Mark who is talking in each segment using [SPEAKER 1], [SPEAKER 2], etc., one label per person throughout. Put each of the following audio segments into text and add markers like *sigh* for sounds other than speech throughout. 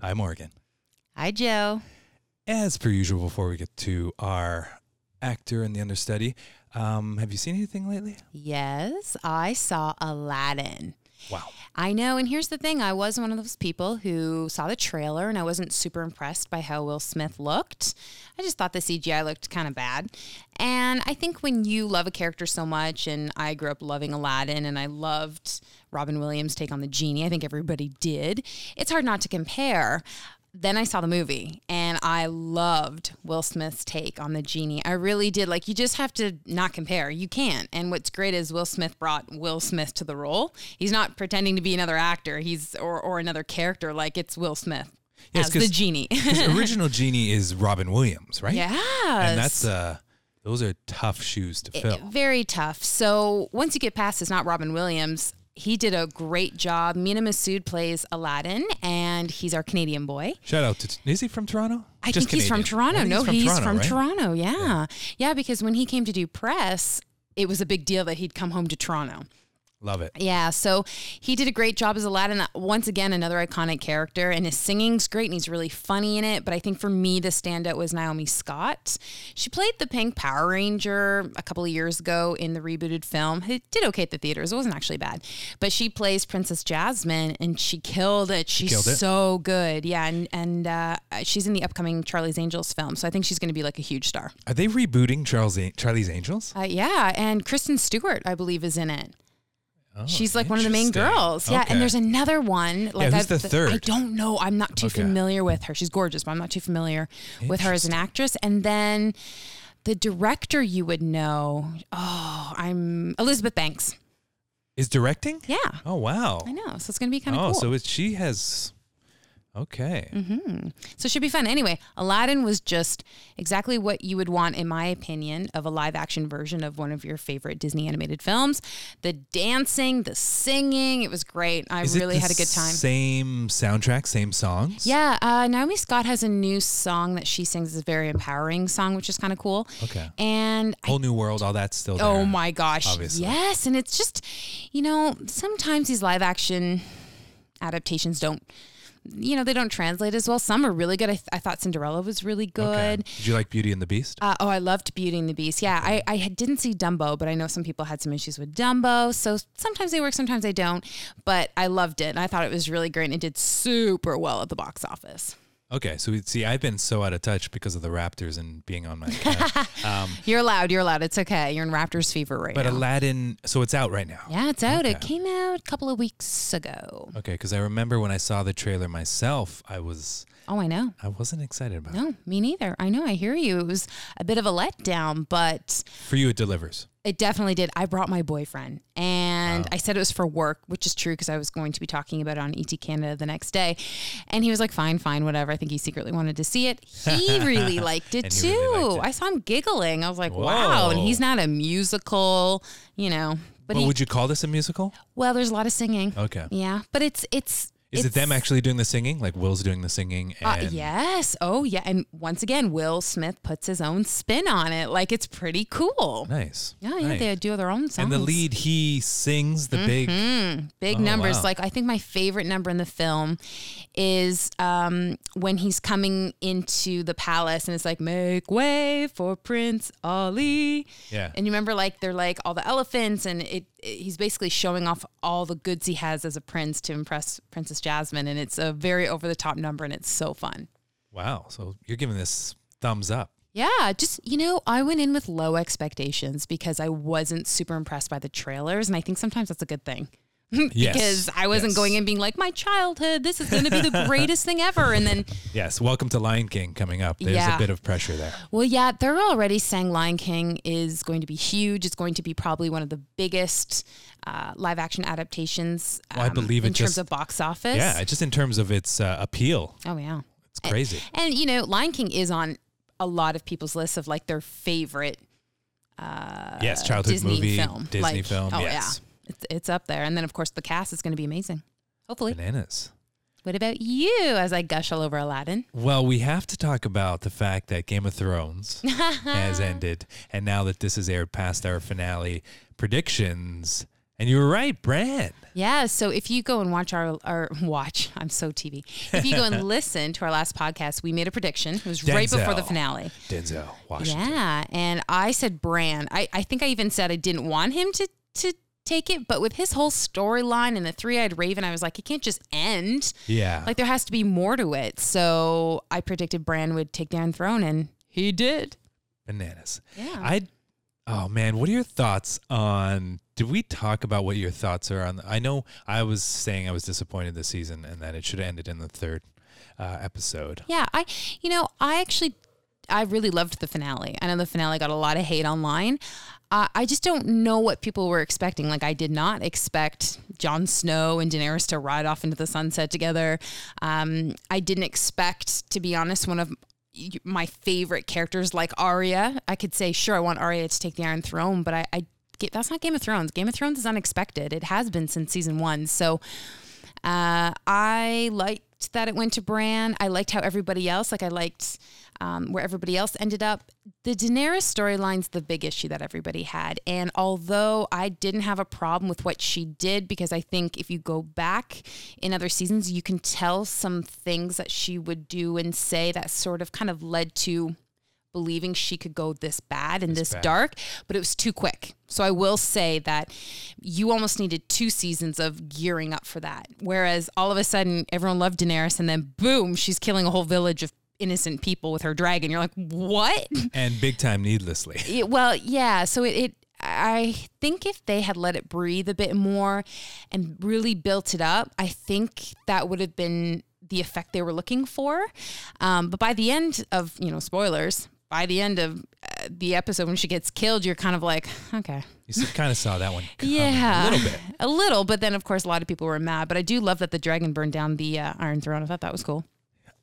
[SPEAKER 1] Hi, Morgan.
[SPEAKER 2] Hi, Joe.
[SPEAKER 1] As per usual, before we get to our actor and the understudy, um, have you seen anything lately?
[SPEAKER 2] Yes, I saw Aladdin.
[SPEAKER 1] Wow.
[SPEAKER 2] I know, and here's the thing I was one of those people who saw the trailer and I wasn't super impressed by how Will Smith looked. I just thought the CGI looked kind of bad. And I think when you love a character so much, and I grew up loving Aladdin and I loved Robin Williams' take on the genie, I think everybody did, it's hard not to compare. Then I saw the movie and I loved Will Smith's take on the genie. I really did. Like, you just have to not compare. You can't. And what's great is Will Smith brought Will Smith to the role. He's not pretending to be another actor, he's or, or another character. Like, it's Will Smith
[SPEAKER 1] Yes,
[SPEAKER 2] as the
[SPEAKER 1] 'cause-
[SPEAKER 2] genie. *laughs*
[SPEAKER 1] 'Cause the original Genie is Robin Williams, right?
[SPEAKER 2] yeah.
[SPEAKER 1] And that's uh, those are tough shoes to fill.
[SPEAKER 2] Very tough. So once you get past it's not Robin Williams. He did a great job. Mina Masood plays Aladdin, and he's our Canadian boy.
[SPEAKER 1] Shout out to is he from Toronto?
[SPEAKER 2] I
[SPEAKER 1] Just
[SPEAKER 2] think he's from
[SPEAKER 1] Canadian. Oh, I
[SPEAKER 2] Toronto.
[SPEAKER 1] think
[SPEAKER 2] no, he's from,
[SPEAKER 1] right?
[SPEAKER 2] Toronto. Yeah. yeah. because when he came to do press, it was a big deal that he'd come home to Toronto.
[SPEAKER 1] Love it.
[SPEAKER 2] Yeah, so he did a great job as Aladdin. Once again, another iconic character, and his singing's great, and he's really funny in it. But I think for me, the standout was Naomi Scott. She played the Pink Power Ranger a couple of years ago in the rebooted film. It did okay at the theaters; it wasn't actually bad. But she plays Princess Jasmine, and she killed it. She's
[SPEAKER 1] killed it.
[SPEAKER 2] so good. Yeah, and and uh, she's in the upcoming Charlie's Angels film, so I think she's going to be like a huge star.
[SPEAKER 1] Are they rebooting Charles A- Charlie's Angels?
[SPEAKER 2] Uh, yeah, and Kristen Stewart, I believe, is in it. She's like one of the main
[SPEAKER 1] Oh, interesting.
[SPEAKER 2] girls. Yeah,
[SPEAKER 1] Okay.
[SPEAKER 2] and there's another one. Like
[SPEAKER 1] who's
[SPEAKER 2] I've-
[SPEAKER 1] the
[SPEAKER 2] I
[SPEAKER 1] third?
[SPEAKER 2] don't know. I'm not too
[SPEAKER 1] Okay.
[SPEAKER 2] familiar with her. She's gorgeous, but I'm not too familiar with her as an actress. And then the director you would know. Oh, I'm Elizabeth Banks.
[SPEAKER 1] is directing?
[SPEAKER 2] Yeah,
[SPEAKER 1] Oh wow.
[SPEAKER 2] I know. So it's gonna be kind of
[SPEAKER 1] Oh,
[SPEAKER 2] cool.
[SPEAKER 1] so it, she has. Okay.
[SPEAKER 2] So it should be fun. Anyway, Aladdin was just exactly what you would want, in my opinion, of a live action version of one of your favorite Disney animated films. The dancing, the singing, it was great. I
[SPEAKER 1] Is it
[SPEAKER 2] really
[SPEAKER 1] the
[SPEAKER 2] had a good time.
[SPEAKER 1] Same soundtrack, same songs.
[SPEAKER 2] yeah, uh, Naomi Scott has a new song that she sings. It's a very empowering song, which is kind of cool.
[SPEAKER 1] Okay.
[SPEAKER 2] And
[SPEAKER 1] Whole new world. All that's still there.
[SPEAKER 2] Oh my gosh.
[SPEAKER 1] obviously.
[SPEAKER 2] Yes. And it's just, you know, sometimes these live action adaptations don't, you know, they don't translate as well. Some are really good. I, th- I thought Cinderella was really
[SPEAKER 1] Okay.
[SPEAKER 2] good.
[SPEAKER 1] Did you like Beauty and the Beast?
[SPEAKER 2] Uh, oh, I loved Beauty and the Beast. Yeah, I, I had- didn't see Dumbo, but I know some people had some issues with Dumbo. So sometimes they work, sometimes they don't. But I loved it. And I thought it was really great. And it did super well at the box office.
[SPEAKER 1] Okay, so we- see, I've been so out of touch because of the Raptors and being
[SPEAKER 2] *laughs*
[SPEAKER 1] on my. couch. um,
[SPEAKER 2] You're allowed. You're allowed. It's okay. You're in Raptors fever right
[SPEAKER 1] but
[SPEAKER 2] now.
[SPEAKER 1] Aladdin, so it's out right now.
[SPEAKER 2] yeah, it's out. It came out a couple of weeks ago.
[SPEAKER 1] Okay, because I remember when I saw the trailer myself, I was
[SPEAKER 2] Oh, I know.
[SPEAKER 1] I wasn't excited about it.
[SPEAKER 2] No, me neither. I know. I hear you. It was a bit of a letdown, but
[SPEAKER 1] For you, it delivers.
[SPEAKER 2] It definitely did. I brought my boyfriend
[SPEAKER 1] Oh.
[SPEAKER 2] and I said it was for work, which is true because I was going to be talking about it on ET Canada the next day. And he was like, fine, fine, whatever. I think he secretly wanted to see it.
[SPEAKER 1] *laughs*
[SPEAKER 2] He really liked it
[SPEAKER 1] And
[SPEAKER 2] too.
[SPEAKER 1] he really liked it.
[SPEAKER 2] I saw him giggling. I was like, wow. And
[SPEAKER 1] Whoa.
[SPEAKER 2] he's not a musical, you know, but
[SPEAKER 1] But
[SPEAKER 2] he,
[SPEAKER 1] would you call this a musical?
[SPEAKER 2] well, there's a lot of singing.
[SPEAKER 1] Okay,
[SPEAKER 2] Yeah. But it's, it's,
[SPEAKER 1] is it
[SPEAKER 2] it's-
[SPEAKER 1] them actually doing the singing? Like Will's doing the singing?
[SPEAKER 2] uh,
[SPEAKER 1] And
[SPEAKER 2] yes. Oh, yeah. And once again, Will Smith puts his own spin on it. Like it's pretty cool.
[SPEAKER 1] nice.
[SPEAKER 2] Yeah, yeah,
[SPEAKER 1] nice.
[SPEAKER 2] they do their own songs.
[SPEAKER 1] and the lead, he sings the big.
[SPEAKER 2] big
[SPEAKER 1] Oh,
[SPEAKER 2] numbers.
[SPEAKER 1] wow.
[SPEAKER 2] Like I think my favorite number in the film is um, when he's coming into the palace and it's like make way for Prince Ali.
[SPEAKER 1] Yeah.
[SPEAKER 2] And you remember like they're like all the elephants and it, it- he's basically showing off all the goods he has as a prince to impress Princess Jasmine and it's a very over the top number and it's so fun.
[SPEAKER 1] Wow. So you're giving this thumbs up.
[SPEAKER 2] Yeah, just you know, I went in with low expectations because I wasn't super impressed by the trailers and I think sometimes that's a good thing. *laughs*
[SPEAKER 1] Yes.
[SPEAKER 2] because I wasn't
[SPEAKER 1] yes.
[SPEAKER 2] going in being like, my childhood, this is going to be the greatest thing ever. And then,
[SPEAKER 1] Yes. Welcome to Lion King coming up. There's
[SPEAKER 2] Yeah.
[SPEAKER 1] a bit of pressure there.
[SPEAKER 2] well, yeah, they're already saying Lion King is going to be huge. It's going to be probably one of the biggest uh, live action adaptations. um,
[SPEAKER 1] Well, I believe it
[SPEAKER 2] in terms
[SPEAKER 1] just-
[SPEAKER 2] of box office.
[SPEAKER 1] Yeah, just in terms of its uh, appeal,
[SPEAKER 2] Oh, yeah.
[SPEAKER 1] it's crazy.
[SPEAKER 2] And, you know, Lion King is on a lot of people's lists of like their favorite
[SPEAKER 1] yes, childhood
[SPEAKER 2] uh, Disney
[SPEAKER 1] movie,
[SPEAKER 2] film.
[SPEAKER 1] Disney
[SPEAKER 2] like,
[SPEAKER 1] film.
[SPEAKER 2] Oh,
[SPEAKER 1] yes,
[SPEAKER 2] yeah. It's, it's up there. And then, of course, the cast is going to be amazing. Hopefully.
[SPEAKER 1] bananas.
[SPEAKER 2] What about you as I gush all over Aladdin?
[SPEAKER 1] Well, we have to talk about the fact that Game of Thrones
[SPEAKER 2] *laughs*
[SPEAKER 1] has ended, and now that this has aired past our finale predictions, And you were right, Bran.
[SPEAKER 2] Yeah. So if you go and watch our, our watch, I'm so TV. If you go
[SPEAKER 1] *laughs*
[SPEAKER 2] and listen to our last podcast, we made a prediction. It was right before the
[SPEAKER 1] Denzel.
[SPEAKER 2] finale.
[SPEAKER 1] Denzel Washington.
[SPEAKER 2] Yeah. And I said Bran. I, I think I even said I didn't want him to to take it, but with his whole storyline and the three eyed raven, I was like, it can't just end.
[SPEAKER 1] Yeah.
[SPEAKER 2] Like there has to be more to it. So I predicted Bran would take down the throne and he did.
[SPEAKER 1] Bananas.
[SPEAKER 2] Yeah.
[SPEAKER 1] I Oh man, what are your thoughts on did we talk about what your thoughts are on I know I was saying I was disappointed this season and that it should have ended in the third uh, episode.
[SPEAKER 2] Yeah, I you know, I actually I really loved the finale. I know the finale got a lot of hate online. Uh, I just don't know what people were expecting. Like, I did not expect Jon Snow and Daenerys to ride off into the sunset together. Um, I didn't expect, to be honest, one of my favorite characters like Arya. I could say, sure, I want Arya to take the Iron Throne, but I, I get, that's not Game of Thrones. Game of Thrones is unexpected. It has been since season one. So uh, I liked that it went to Bran. I liked how everybody else, like I liked um, where everybody else ended up. The Daenerys storyline's the big issue that everybody had. And although I didn't have a problem with what she did, because I think if you go back in other seasons, you can tell some things that she would do and say that sort of kind of led to believing she could go this bad and this
[SPEAKER 1] bad.
[SPEAKER 2] dark, but it was too quick. So I will say that you almost needed two seasons of gearing up for that. Whereas all of a sudden everyone loved Daenerys and then boom, she's killing a whole village of innocent people with her dragon. You're like, "What?"
[SPEAKER 1] And big time needlessly. *laughs*
[SPEAKER 2] It- well, yeah. So it, it, I think if they had let it breathe a bit more and really built it up, I think that would have been the effect they were looking for. Um, but by the end of, you know, spoilers, by the end of uh, the episode when she gets killed, you're kind of like, okay.
[SPEAKER 1] You kind of saw that one. coming
[SPEAKER 2] Yeah.
[SPEAKER 1] Um, A little bit.
[SPEAKER 2] *laughs* A little, but then of course a lot of people were mad. But I do love that the dragon burned down the uh, Iron Throne. I thought that was cool.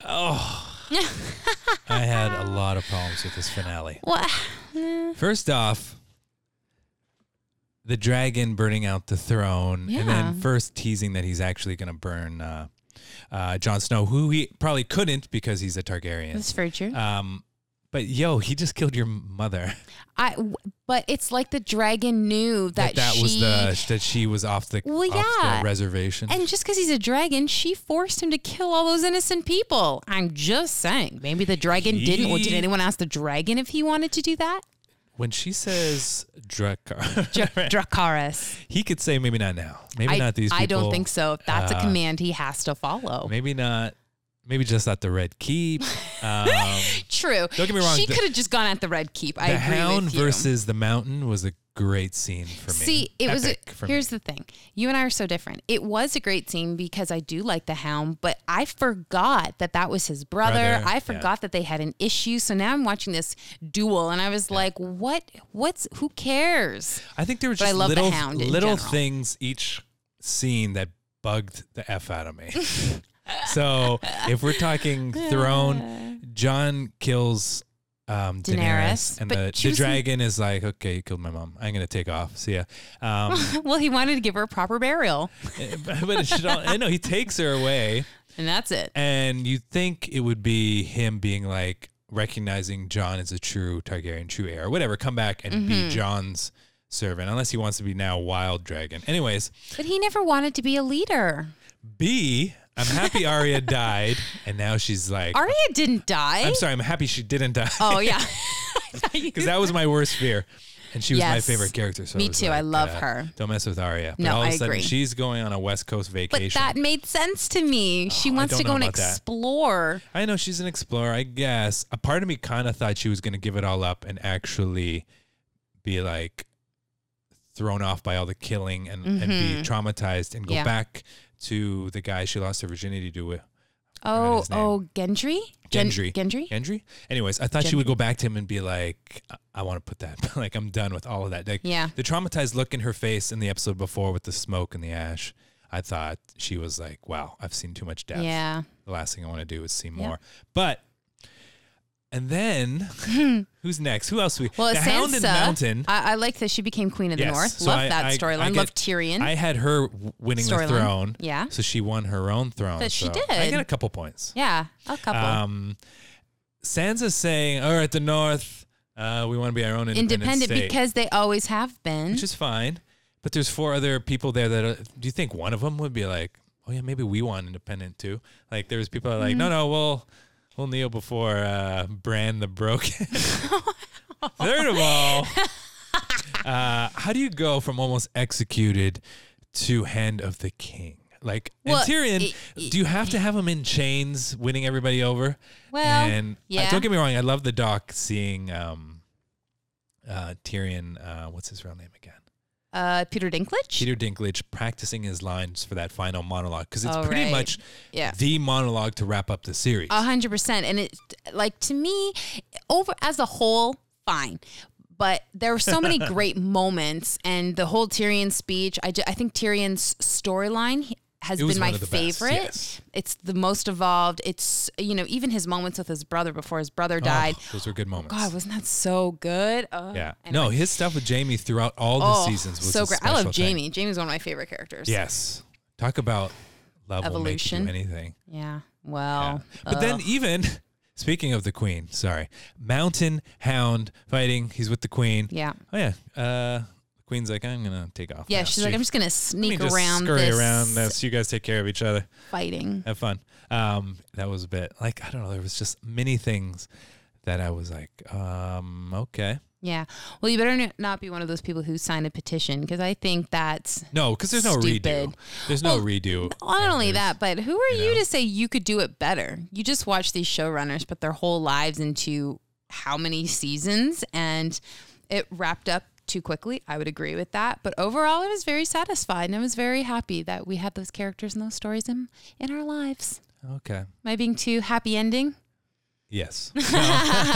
[SPEAKER 1] Oh, I had a lot of problems with this finale.
[SPEAKER 2] *laughs* Well, *sighs*
[SPEAKER 1] First off, the dragon burning out the throne, and then
[SPEAKER 2] Yeah.
[SPEAKER 1] first teasing that he's actually going to burn uh, uh, Jon Snow, who he probably couldn't because he's a Targaryen.
[SPEAKER 2] that's very true.
[SPEAKER 1] Um, but yo, he just killed your mother.
[SPEAKER 2] I, w- but it's like the dragon knew that,
[SPEAKER 1] That, that
[SPEAKER 2] Uh, she
[SPEAKER 1] was the that she was off the,
[SPEAKER 2] Well,
[SPEAKER 1] off
[SPEAKER 2] yeah.
[SPEAKER 1] the reservation.
[SPEAKER 2] And just because he's a dragon, she forced him to kill all those innocent people. I'm just saying. Maybe the dragon didn't. Well, did
[SPEAKER 1] He-
[SPEAKER 2] anyone ask the dragon if he wanted to
[SPEAKER 1] *laughs*
[SPEAKER 2] do that?
[SPEAKER 1] when she says Drakkar,
[SPEAKER 2] Dra- Dracarys.
[SPEAKER 1] *laughs* he could say maybe not now, maybe
[SPEAKER 2] I,
[SPEAKER 1] not these. people.
[SPEAKER 2] I don't think so. If that's a
[SPEAKER 1] Uh,
[SPEAKER 2] command he has to follow.
[SPEAKER 1] Maybe not. Maybe just at the Red Keep. Um,
[SPEAKER 2] True.
[SPEAKER 1] Don't get me wrong,
[SPEAKER 2] She
[SPEAKER 1] the-
[SPEAKER 2] could have just gone at the Red Keep. I
[SPEAKER 1] the
[SPEAKER 2] agree
[SPEAKER 1] Hound
[SPEAKER 2] with you.
[SPEAKER 1] versus the Mountain was a great scene for me.
[SPEAKER 2] See, it was.
[SPEAKER 1] Epic for
[SPEAKER 2] A,
[SPEAKER 1] me.
[SPEAKER 2] here's the thing: you and I are so different. It was a great scene because I do like the Hound, but I forgot that that was his brother.
[SPEAKER 1] Brother, yeah.
[SPEAKER 2] I forgot that they had an issue. So now I'm watching this duel, and I was like, "What? What's? Who cares?" *laughs*
[SPEAKER 1] I think there were
[SPEAKER 2] but I
[SPEAKER 1] just
[SPEAKER 2] love the
[SPEAKER 1] little
[SPEAKER 2] Hound in
[SPEAKER 1] little
[SPEAKER 2] general.
[SPEAKER 1] things each scene that bugged the f out of
[SPEAKER 2] *laughs*
[SPEAKER 1] me. so if we're talking throne, John kills. Um, Daenerys,
[SPEAKER 2] Daenerys,
[SPEAKER 1] and
[SPEAKER 2] but
[SPEAKER 1] the,
[SPEAKER 2] she
[SPEAKER 1] the
[SPEAKER 2] was-
[SPEAKER 1] dragon is like, okay, you killed my mom. I'm gonna take off. See ya. Um,
[SPEAKER 2] *laughs*
[SPEAKER 1] eh,
[SPEAKER 2] well, he wanted to give her a proper burial,
[SPEAKER 1] but it should all. I know he takes her away,
[SPEAKER 2] and that's it.
[SPEAKER 1] and you think it would be him being like recognizing John as a true Targaryen, true heir, or whatever, come back and
[SPEAKER 2] Mm-hmm.
[SPEAKER 1] be John's servant, unless he wants to be now wild dragon. Anyways,
[SPEAKER 2] But he never wanted to be a leader.
[SPEAKER 1] B, I'm happy Arya died, and now she's like,
[SPEAKER 2] Arya didn't die.
[SPEAKER 1] I'm sorry, I'm happy she didn't die. *laughs*
[SPEAKER 2] Oh yeah.
[SPEAKER 1] Because that was my worst fear. And she was my
[SPEAKER 2] Yes.
[SPEAKER 1] favorite character. So
[SPEAKER 2] Me
[SPEAKER 1] it was
[SPEAKER 2] too. I
[SPEAKER 1] like,
[SPEAKER 2] love
[SPEAKER 1] uh,
[SPEAKER 2] her.
[SPEAKER 1] Don't mess with Arya. But
[SPEAKER 2] No,
[SPEAKER 1] all of
[SPEAKER 2] I
[SPEAKER 1] a sudden,
[SPEAKER 2] agree.
[SPEAKER 1] she's going on a West Coast
[SPEAKER 2] But
[SPEAKER 1] vacation.
[SPEAKER 2] that made sense to me. she
[SPEAKER 1] Oh, I
[SPEAKER 2] wants
[SPEAKER 1] don't
[SPEAKER 2] to go
[SPEAKER 1] know
[SPEAKER 2] and
[SPEAKER 1] about that.
[SPEAKER 2] explore.
[SPEAKER 1] I know she's an explorer, I guess. A part of me kind of thought she was going to give it all up and actually be like thrown off by all the killing and, and be traumatized and go
[SPEAKER 2] Mm-hmm. Yeah.
[SPEAKER 1] back to the guy she lost her virginity to with forgot
[SPEAKER 2] Oh,
[SPEAKER 1] his name.
[SPEAKER 2] oh, Gendry? Gen-
[SPEAKER 1] Gendry.
[SPEAKER 2] Gendry?
[SPEAKER 1] Gendry. Anyways, I thought she would go back to him and be like, I, I want to put that, *laughs* like, I'm done with all of that. Like,
[SPEAKER 2] Yeah.
[SPEAKER 1] The traumatized look in her face in the episode before with the smoke and the ash. I thought she was like, wow, I've seen too much death.
[SPEAKER 2] Yeah.
[SPEAKER 1] the last thing I want to do is see
[SPEAKER 2] Yeah.
[SPEAKER 1] more. But and then
[SPEAKER 2] *laughs*
[SPEAKER 1] who's next? Who else? We
[SPEAKER 2] Well,
[SPEAKER 1] the
[SPEAKER 2] Sansa,
[SPEAKER 1] Hound and the Mountain.
[SPEAKER 2] I, I like that she became Queen of the
[SPEAKER 1] Yes.
[SPEAKER 2] North.
[SPEAKER 1] So
[SPEAKER 2] Love
[SPEAKER 1] I-
[SPEAKER 2] that
[SPEAKER 1] I- I
[SPEAKER 2] storyline.
[SPEAKER 1] get-
[SPEAKER 2] Love Tyrion.
[SPEAKER 1] I had her w- winning the
[SPEAKER 2] Storyline.
[SPEAKER 1] throne.
[SPEAKER 2] Yeah.
[SPEAKER 1] So she won her own throne.
[SPEAKER 2] That she
[SPEAKER 1] so I
[SPEAKER 2] did.
[SPEAKER 1] get a couple points.
[SPEAKER 2] yeah, a couple.
[SPEAKER 1] Um, Sansa saying, "All right, the North, uh, we want to be our own independent,
[SPEAKER 2] Independent
[SPEAKER 1] state,"
[SPEAKER 2] because they always have been.
[SPEAKER 1] which is fine. But there's four other people there that are, do you think one of them would be like, oh yeah, maybe we want independent too? Like there was people that are like,
[SPEAKER 2] Mm-hmm.
[SPEAKER 1] no, no, we'll we'll kneel before uh, Brand the Broken. *laughs* Third of
[SPEAKER 2] *laughs*
[SPEAKER 1] all, uh, how do you go from almost executed to hand of the king? Like
[SPEAKER 2] Well,
[SPEAKER 1] and Tyrion,
[SPEAKER 2] it- it-
[SPEAKER 1] do you have to have him in chains, winning everybody over?
[SPEAKER 2] Well,
[SPEAKER 1] and uh,
[SPEAKER 2] yeah.
[SPEAKER 1] don't get me wrong, I love the doc seeing um, uh, Tyrion. Uh, what's his real name again?
[SPEAKER 2] Uh, Peter Dinklage.
[SPEAKER 1] Peter Dinklage practicing his lines for that final monologue because it's
[SPEAKER 2] Oh,
[SPEAKER 1] pretty
[SPEAKER 2] right.
[SPEAKER 1] much
[SPEAKER 2] Yeah. Uh,
[SPEAKER 1] the monologue to wrap up the series.
[SPEAKER 2] A hundred percent. And it like to me, over as a whole, fine. But there
[SPEAKER 1] *laughs*
[SPEAKER 2] were so many great moments, and the whole Tyrion speech. I, ju- I think Tyrion's storyline he- has
[SPEAKER 1] It was
[SPEAKER 2] been my
[SPEAKER 1] one of the best,
[SPEAKER 2] favorite.
[SPEAKER 1] yes.
[SPEAKER 2] It's the most evolved. It's you know even his moments with his brother before his brother died.
[SPEAKER 1] Oh, those were good moments.
[SPEAKER 2] God, wasn't that so good? Oh,
[SPEAKER 1] yeah.
[SPEAKER 2] anyway.
[SPEAKER 1] No, his stuff with Jamie throughout all the
[SPEAKER 2] Oh,
[SPEAKER 1] seasons was
[SPEAKER 2] so
[SPEAKER 1] a
[SPEAKER 2] great. I love
[SPEAKER 1] special thing.
[SPEAKER 2] Jamie. Jamie's one of my favorite characters.
[SPEAKER 1] Yes. Talk about love Evolution.
[SPEAKER 2] Evolution. Oh.
[SPEAKER 1] anything.
[SPEAKER 2] Yeah. Well. uh,
[SPEAKER 1] But then even *laughs* speaking of the queen, sorry, Mountain Hound fighting. He's with the queen.
[SPEAKER 2] Yeah.
[SPEAKER 1] Oh yeah. Uh, the queen's like, I'm gonna take off.
[SPEAKER 2] Yeah.
[SPEAKER 1] now.
[SPEAKER 2] She's
[SPEAKER 1] She-
[SPEAKER 2] like, I'm just gonna
[SPEAKER 1] let me
[SPEAKER 2] sneak
[SPEAKER 1] just
[SPEAKER 2] around
[SPEAKER 1] scurry
[SPEAKER 2] this
[SPEAKER 1] around this. You guys take care of each other.
[SPEAKER 2] fighting.
[SPEAKER 1] Have fun. Um, that was a bit like I don't know. There was just many things that I was like, um, okay,
[SPEAKER 2] Yeah. Well, you better n- not be one of those people who sign a petition because I think that's.
[SPEAKER 1] no, because there's no redo.
[SPEAKER 2] Stupid.
[SPEAKER 1] There's no
[SPEAKER 2] Well,
[SPEAKER 1] redo.
[SPEAKER 2] Not only
[SPEAKER 1] And there's-
[SPEAKER 2] that, but who are you,
[SPEAKER 1] know.
[SPEAKER 2] to say you could do it better? You just watch these showrunners put their whole lives into how many seasons, and it wrapped up too quickly. I would agree with that. But overall, I was very satisfied and I was very happy that we had those characters and those stories in, in our lives.
[SPEAKER 1] Okay.
[SPEAKER 2] Am I being too happy ending? *laughs*
[SPEAKER 1] Yes. No. *laughs*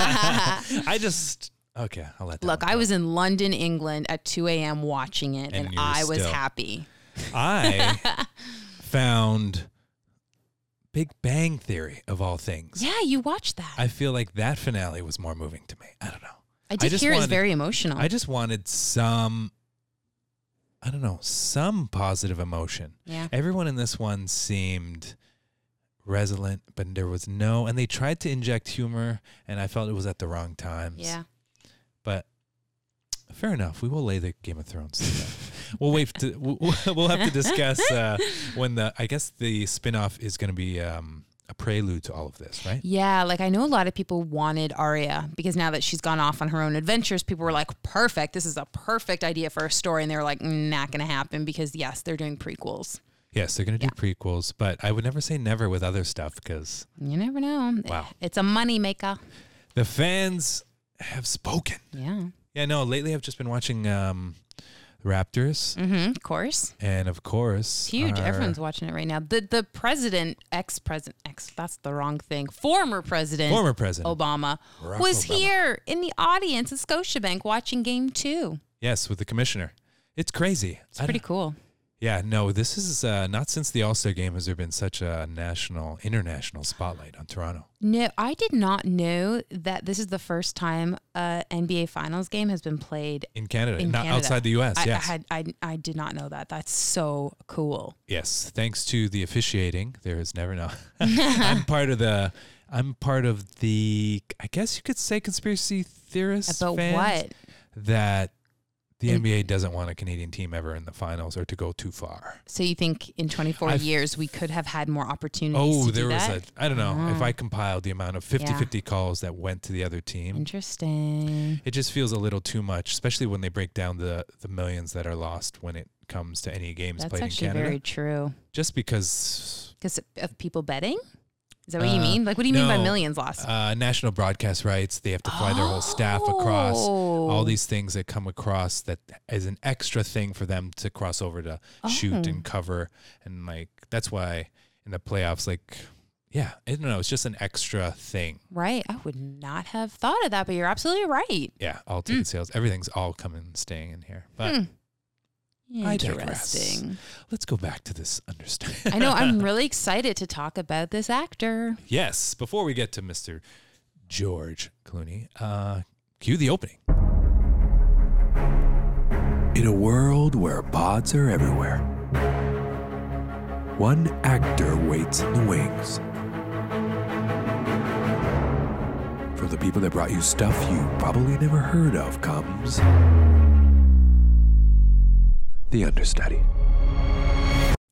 [SPEAKER 1] I just okay. I'll let that
[SPEAKER 2] Look,
[SPEAKER 1] one
[SPEAKER 2] I
[SPEAKER 1] go.
[SPEAKER 2] was in London, England at 2 a.m. watching it,
[SPEAKER 1] And
[SPEAKER 2] and
[SPEAKER 1] you were
[SPEAKER 2] I was
[SPEAKER 1] still-
[SPEAKER 2] happy. *laughs*
[SPEAKER 1] I found Big Bang Theory of all things.
[SPEAKER 2] Yeah, you watched that.
[SPEAKER 1] I feel like that finale was more moving to me. I don't know.
[SPEAKER 2] I did
[SPEAKER 1] just
[SPEAKER 2] hear it's
[SPEAKER 1] wanted-
[SPEAKER 2] very emotional.
[SPEAKER 1] I just wanted some I don't know, some positive emotion.
[SPEAKER 2] yeah.
[SPEAKER 1] Everyone in this one seemed resolute, but there was no and they tried to inject humor and I felt it was at the wrong times.
[SPEAKER 2] Yeah.
[SPEAKER 1] But fair enough. We will lay the Game of Thrones. to that. *laughs* we'll wait. To, we'll, we'll have to discuss
[SPEAKER 2] *laughs*
[SPEAKER 1] uh, when the. I guess the spinoff is going to be um, a prelude to all of this, right?
[SPEAKER 2] Yeah, like I know a lot of people wanted Arya because now that she's gone off on her own adventures, people were like, "Perfect, this is a perfect idea for a story," and they were like, "Not gonna happen," because yes, they're doing prequels.
[SPEAKER 1] Yes, they're going to do prequels, but I would never say never with other stuff because
[SPEAKER 2] You never know.
[SPEAKER 1] Wow.
[SPEAKER 2] it's a money maker.
[SPEAKER 1] the fans have spoken.
[SPEAKER 2] Yeah,
[SPEAKER 1] Yeah, no. Lately, I've just been watching um, Raptors,
[SPEAKER 2] mm-hmm, of course,
[SPEAKER 1] and of course,
[SPEAKER 2] it's huge.
[SPEAKER 1] our-
[SPEAKER 2] Everyone's watching it right now. The the president, ex president, ex that's the wrong thing. Former president,
[SPEAKER 1] former president.
[SPEAKER 2] Obama
[SPEAKER 1] Barack
[SPEAKER 2] was
[SPEAKER 1] Obama.
[SPEAKER 2] here in the audience at Scotiabank watching Game Two.
[SPEAKER 1] Yes, with the commissioner. It's crazy.
[SPEAKER 2] It's pretty cool.
[SPEAKER 1] Yeah, no, this is uh, not since the All Star game has there been such a national, international spotlight on Toronto.
[SPEAKER 2] No, I did not know that this is the first time a NBA Finals game has been played
[SPEAKER 1] In Canada,
[SPEAKER 2] in
[SPEAKER 1] not
[SPEAKER 2] Canada.
[SPEAKER 1] outside the U.S.
[SPEAKER 2] I,
[SPEAKER 1] yes,
[SPEAKER 2] I had I, I did not know that. That's so cool.
[SPEAKER 1] yes. Thanks to the officiating, there is never
[SPEAKER 2] *laughs*
[SPEAKER 1] no. *laughs* I'm part of the. I'm part of the. I guess you could say conspiracy theorists.
[SPEAKER 2] About
[SPEAKER 1] fans
[SPEAKER 2] what?
[SPEAKER 1] That the
[SPEAKER 2] In-
[SPEAKER 1] NBA doesn't want a Canadian team ever in the finals or to go too far.
[SPEAKER 2] So you think in 24
[SPEAKER 1] I-
[SPEAKER 2] years we could have had more opportunities?
[SPEAKER 1] Oh,
[SPEAKER 2] to
[SPEAKER 1] there
[SPEAKER 2] do
[SPEAKER 1] was a.
[SPEAKER 2] that? Ah.
[SPEAKER 1] I don't know if I compiled the amount of 50-50 calls that went to the other team.
[SPEAKER 2] interesting.
[SPEAKER 1] it just feels a little too much, especially when they break down the the millions that are lost when it comes to any games
[SPEAKER 2] That's
[SPEAKER 1] played in
[SPEAKER 2] actually
[SPEAKER 1] Canada.
[SPEAKER 2] very true.
[SPEAKER 1] just because
[SPEAKER 2] Because of people betting. Is that what you
[SPEAKER 1] Uh,
[SPEAKER 2] mean? Like, what do you mean by
[SPEAKER 1] no.
[SPEAKER 2] millions lost?
[SPEAKER 1] uh, national broadcast rights, they have to fly their whole staff across. All
[SPEAKER 2] Oh.
[SPEAKER 1] these things that come across that is an extra thing for them to cross over to shoot
[SPEAKER 2] Oh.
[SPEAKER 1] and cover, and like that's why in the playoffs, like yeah, I don't know, it's just an extra thing.
[SPEAKER 2] Right. I would not have thought of that, but you're absolutely right.
[SPEAKER 1] Yeah, all ticket sales, everything's all coming staying in here. But I digress.
[SPEAKER 2] Interesting.
[SPEAKER 1] let's go back to this understanding.
[SPEAKER 2] I know. I'm really excited to talk about this actor.
[SPEAKER 1] Yes. Before we get to Mr. George Clooney, uh, cue the opening.
[SPEAKER 3] In a world where pods are everywhere, one actor waits in the wings. For the people that brought you stuff you probably never heard of comes the understudy.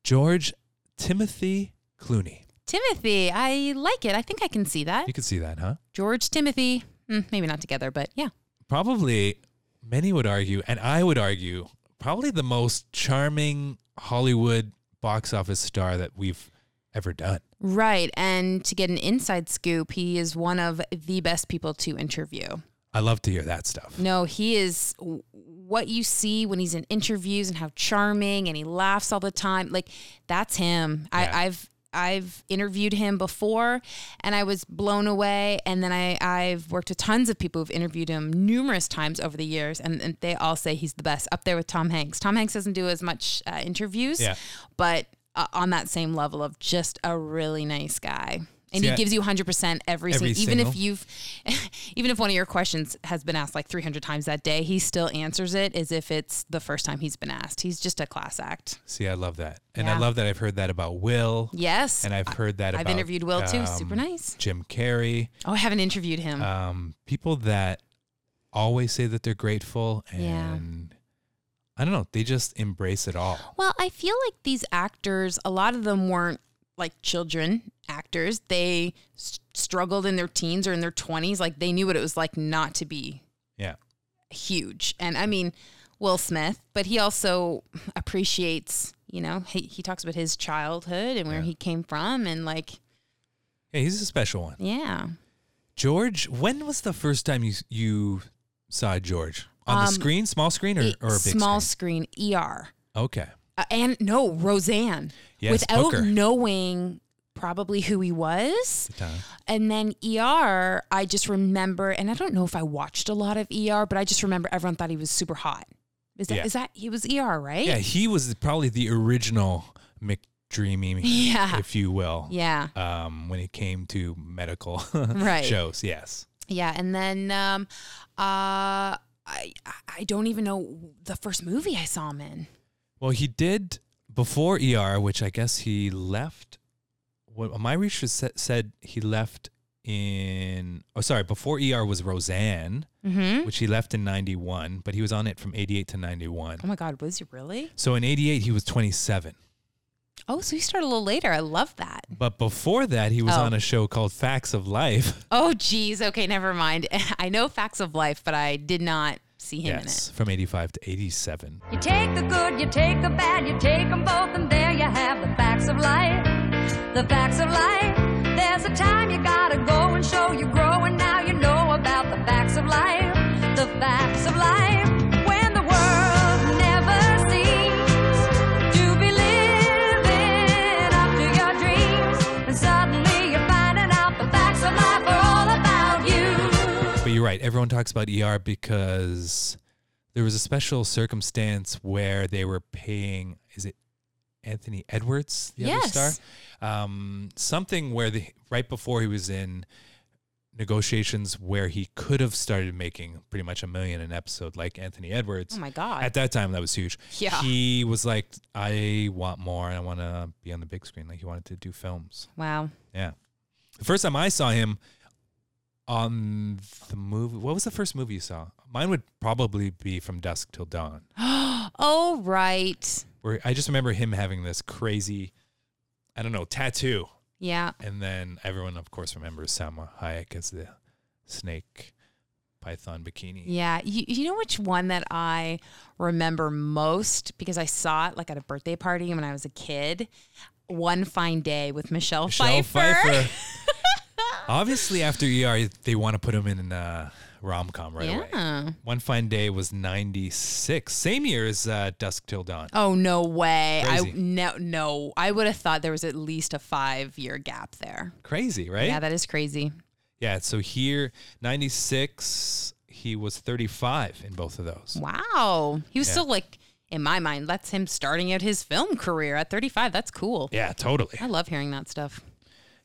[SPEAKER 1] George Timothy Clooney.
[SPEAKER 2] Timothy, I like it. I think I can see that.
[SPEAKER 1] You could see that, huh?
[SPEAKER 2] George Timothy, mm, maybe not together, but yeah.
[SPEAKER 1] Probably many would argue, and I would argue, probably the most charming Hollywood box office star that we've ever done.
[SPEAKER 2] Right. And to get an inside scoop, he is one of the best people to interview.
[SPEAKER 1] I love to hear that stuff.
[SPEAKER 2] No, he is what you see when he's in interviews and how charming and he laughs all the time. Like that's him.
[SPEAKER 1] Yeah.
[SPEAKER 2] I, I've I've interviewed him before and I was blown away. And then I, I've worked with tons of people who've interviewed him numerous times over the years and, and they all say he's the best up there with Tom Hanks. Tom Hanks doesn't do as much uh, interviews,
[SPEAKER 1] Yeah.
[SPEAKER 2] but uh, on that same level of just a really nice guy. And
[SPEAKER 1] See,
[SPEAKER 2] he
[SPEAKER 1] I-
[SPEAKER 2] gives you 100%
[SPEAKER 1] Every
[SPEAKER 2] every, every even
[SPEAKER 1] single.
[SPEAKER 2] if you've *laughs* even if one of your questions has been asked like 300 times that day he still answers it as if it's the first time he's been asked he's just a class act
[SPEAKER 1] See, I love that. And I
[SPEAKER 2] Yeah.
[SPEAKER 1] love that I've heard that about Will.
[SPEAKER 2] yes
[SPEAKER 1] And I've heard that
[SPEAKER 2] I've
[SPEAKER 1] about um,
[SPEAKER 2] interviewed Will too. Super nice.
[SPEAKER 1] Jim Carrey.
[SPEAKER 2] oh i haven't interviewed him
[SPEAKER 1] Um, people that always say that they're grateful
[SPEAKER 2] Yeah.
[SPEAKER 1] and I don't know, they just embrace it all.
[SPEAKER 2] well i feel like these actors a lot of them weren't like children actors they s- struggled in their teens or in their 20s like they knew what it was like not to be
[SPEAKER 1] Yeah.
[SPEAKER 2] huge. And I mean, Will Smith, but he also appreciates, you know, he, he talks about his childhood and where
[SPEAKER 1] Yeah.
[SPEAKER 2] he came from. And like,
[SPEAKER 1] Yeah, he's a special one.
[SPEAKER 2] yeah.
[SPEAKER 1] George, when was the first time you you saw George? On the
[SPEAKER 2] Um,
[SPEAKER 1] screen, small screen or,
[SPEAKER 2] E-
[SPEAKER 1] or a big
[SPEAKER 2] small
[SPEAKER 1] screen?
[SPEAKER 2] screen, ER.
[SPEAKER 1] Okay.
[SPEAKER 2] Uh, and no, Roseanne.
[SPEAKER 1] Yes,
[SPEAKER 2] without
[SPEAKER 1] Booker.
[SPEAKER 2] knowing probably who he was.
[SPEAKER 1] Good time.
[SPEAKER 2] And then ER, I just remember, and I don't know if I watched a lot of ER, but I just remember everyone thought he was super hot. Is that,
[SPEAKER 1] Yeah.
[SPEAKER 2] is that he was ER, right?
[SPEAKER 1] Yeah, he was probably the original McDreamy,
[SPEAKER 2] *laughs* Yeah.
[SPEAKER 1] if you will.
[SPEAKER 2] Yeah.
[SPEAKER 1] Um, when it came to medical *laughs*
[SPEAKER 2] Right.
[SPEAKER 1] shows, yes.
[SPEAKER 2] Yeah, and then um, uh, I I don't even know the first movie I saw him in.
[SPEAKER 1] Well, he did before ER, which I guess he left. What my research sa- said he left in. Oh, sorry, before ER was Roseanne,
[SPEAKER 2] Mm-hmm.
[SPEAKER 1] which he left in '91, but he was on it from '88 to '91.
[SPEAKER 2] Oh my God, was he really?
[SPEAKER 1] So in '88 he was 27,
[SPEAKER 2] Oh, so he started a little later. I love that.
[SPEAKER 1] but before that he was
[SPEAKER 2] Oh.
[SPEAKER 1] on a show called Facts of Life.
[SPEAKER 2] Oh, geez. Okay, never mind. *laughs* I know Facts of Life, but I did not see him
[SPEAKER 1] yes, from '85 to '87.
[SPEAKER 4] You take the good, you take the bad, you take 'em both, and there you have the facts of life. The facts of life. There's a time you gotta go and show you grow, and now you know about the facts of life. The facts of life. When the world never seems to be living up to your dreams, and suddenly you're finding out the facts of life are all about you.
[SPEAKER 1] But you're right. Everyone talks about ER because there was a special circumstance where they were paying. Is it Anthony Edwards, the other
[SPEAKER 2] Yes.
[SPEAKER 1] star? Um, something where the right before he was in negotiations where he could have started making pretty much a million an episode, like Anthony Edwards.
[SPEAKER 2] in it. Oh my God.
[SPEAKER 1] At that time, that was huge.
[SPEAKER 2] Yeah.
[SPEAKER 1] He was like, I want more and I want to be on the big screen. Like, he wanted to do films.
[SPEAKER 2] wow. *gasps*
[SPEAKER 1] Yeah. The first time I saw him on the movie, what was the first movie you saw? Mine would probably be From Dusk Till Dawn,
[SPEAKER 2] Oh right.
[SPEAKER 1] where I just remember him having this crazy, I don't know, tattoo.
[SPEAKER 2] Yeah.
[SPEAKER 1] And then everyone, of course, remembers Salma Hayek as the snake python bikini.
[SPEAKER 2] Yeah, you, you know which one that I remember most because I saw it like at a birthday party when I was a kid. One fine day with Michelle,
[SPEAKER 1] Michelle
[SPEAKER 2] Pfeiffer. *laughs*
[SPEAKER 1] Pfeiffer. Obviously, after ER, they want to put him in a rom com right
[SPEAKER 2] Yeah.
[SPEAKER 1] away. One Fine Day was 96, same year as uh, Dusk Till Dawn.
[SPEAKER 2] Oh no way!
[SPEAKER 1] Crazy.
[SPEAKER 2] I no no. I would have thought there was at least a five year gap there.
[SPEAKER 1] Crazy, right?
[SPEAKER 2] Yeah, that is crazy.
[SPEAKER 1] Yeah, so here, 96, he was 35 in both of those.
[SPEAKER 2] Wow, he was still like in my mind. That's him starting out his film career at thirty five. That's cool.
[SPEAKER 1] Yeah, totally.
[SPEAKER 2] I love hearing that stuff.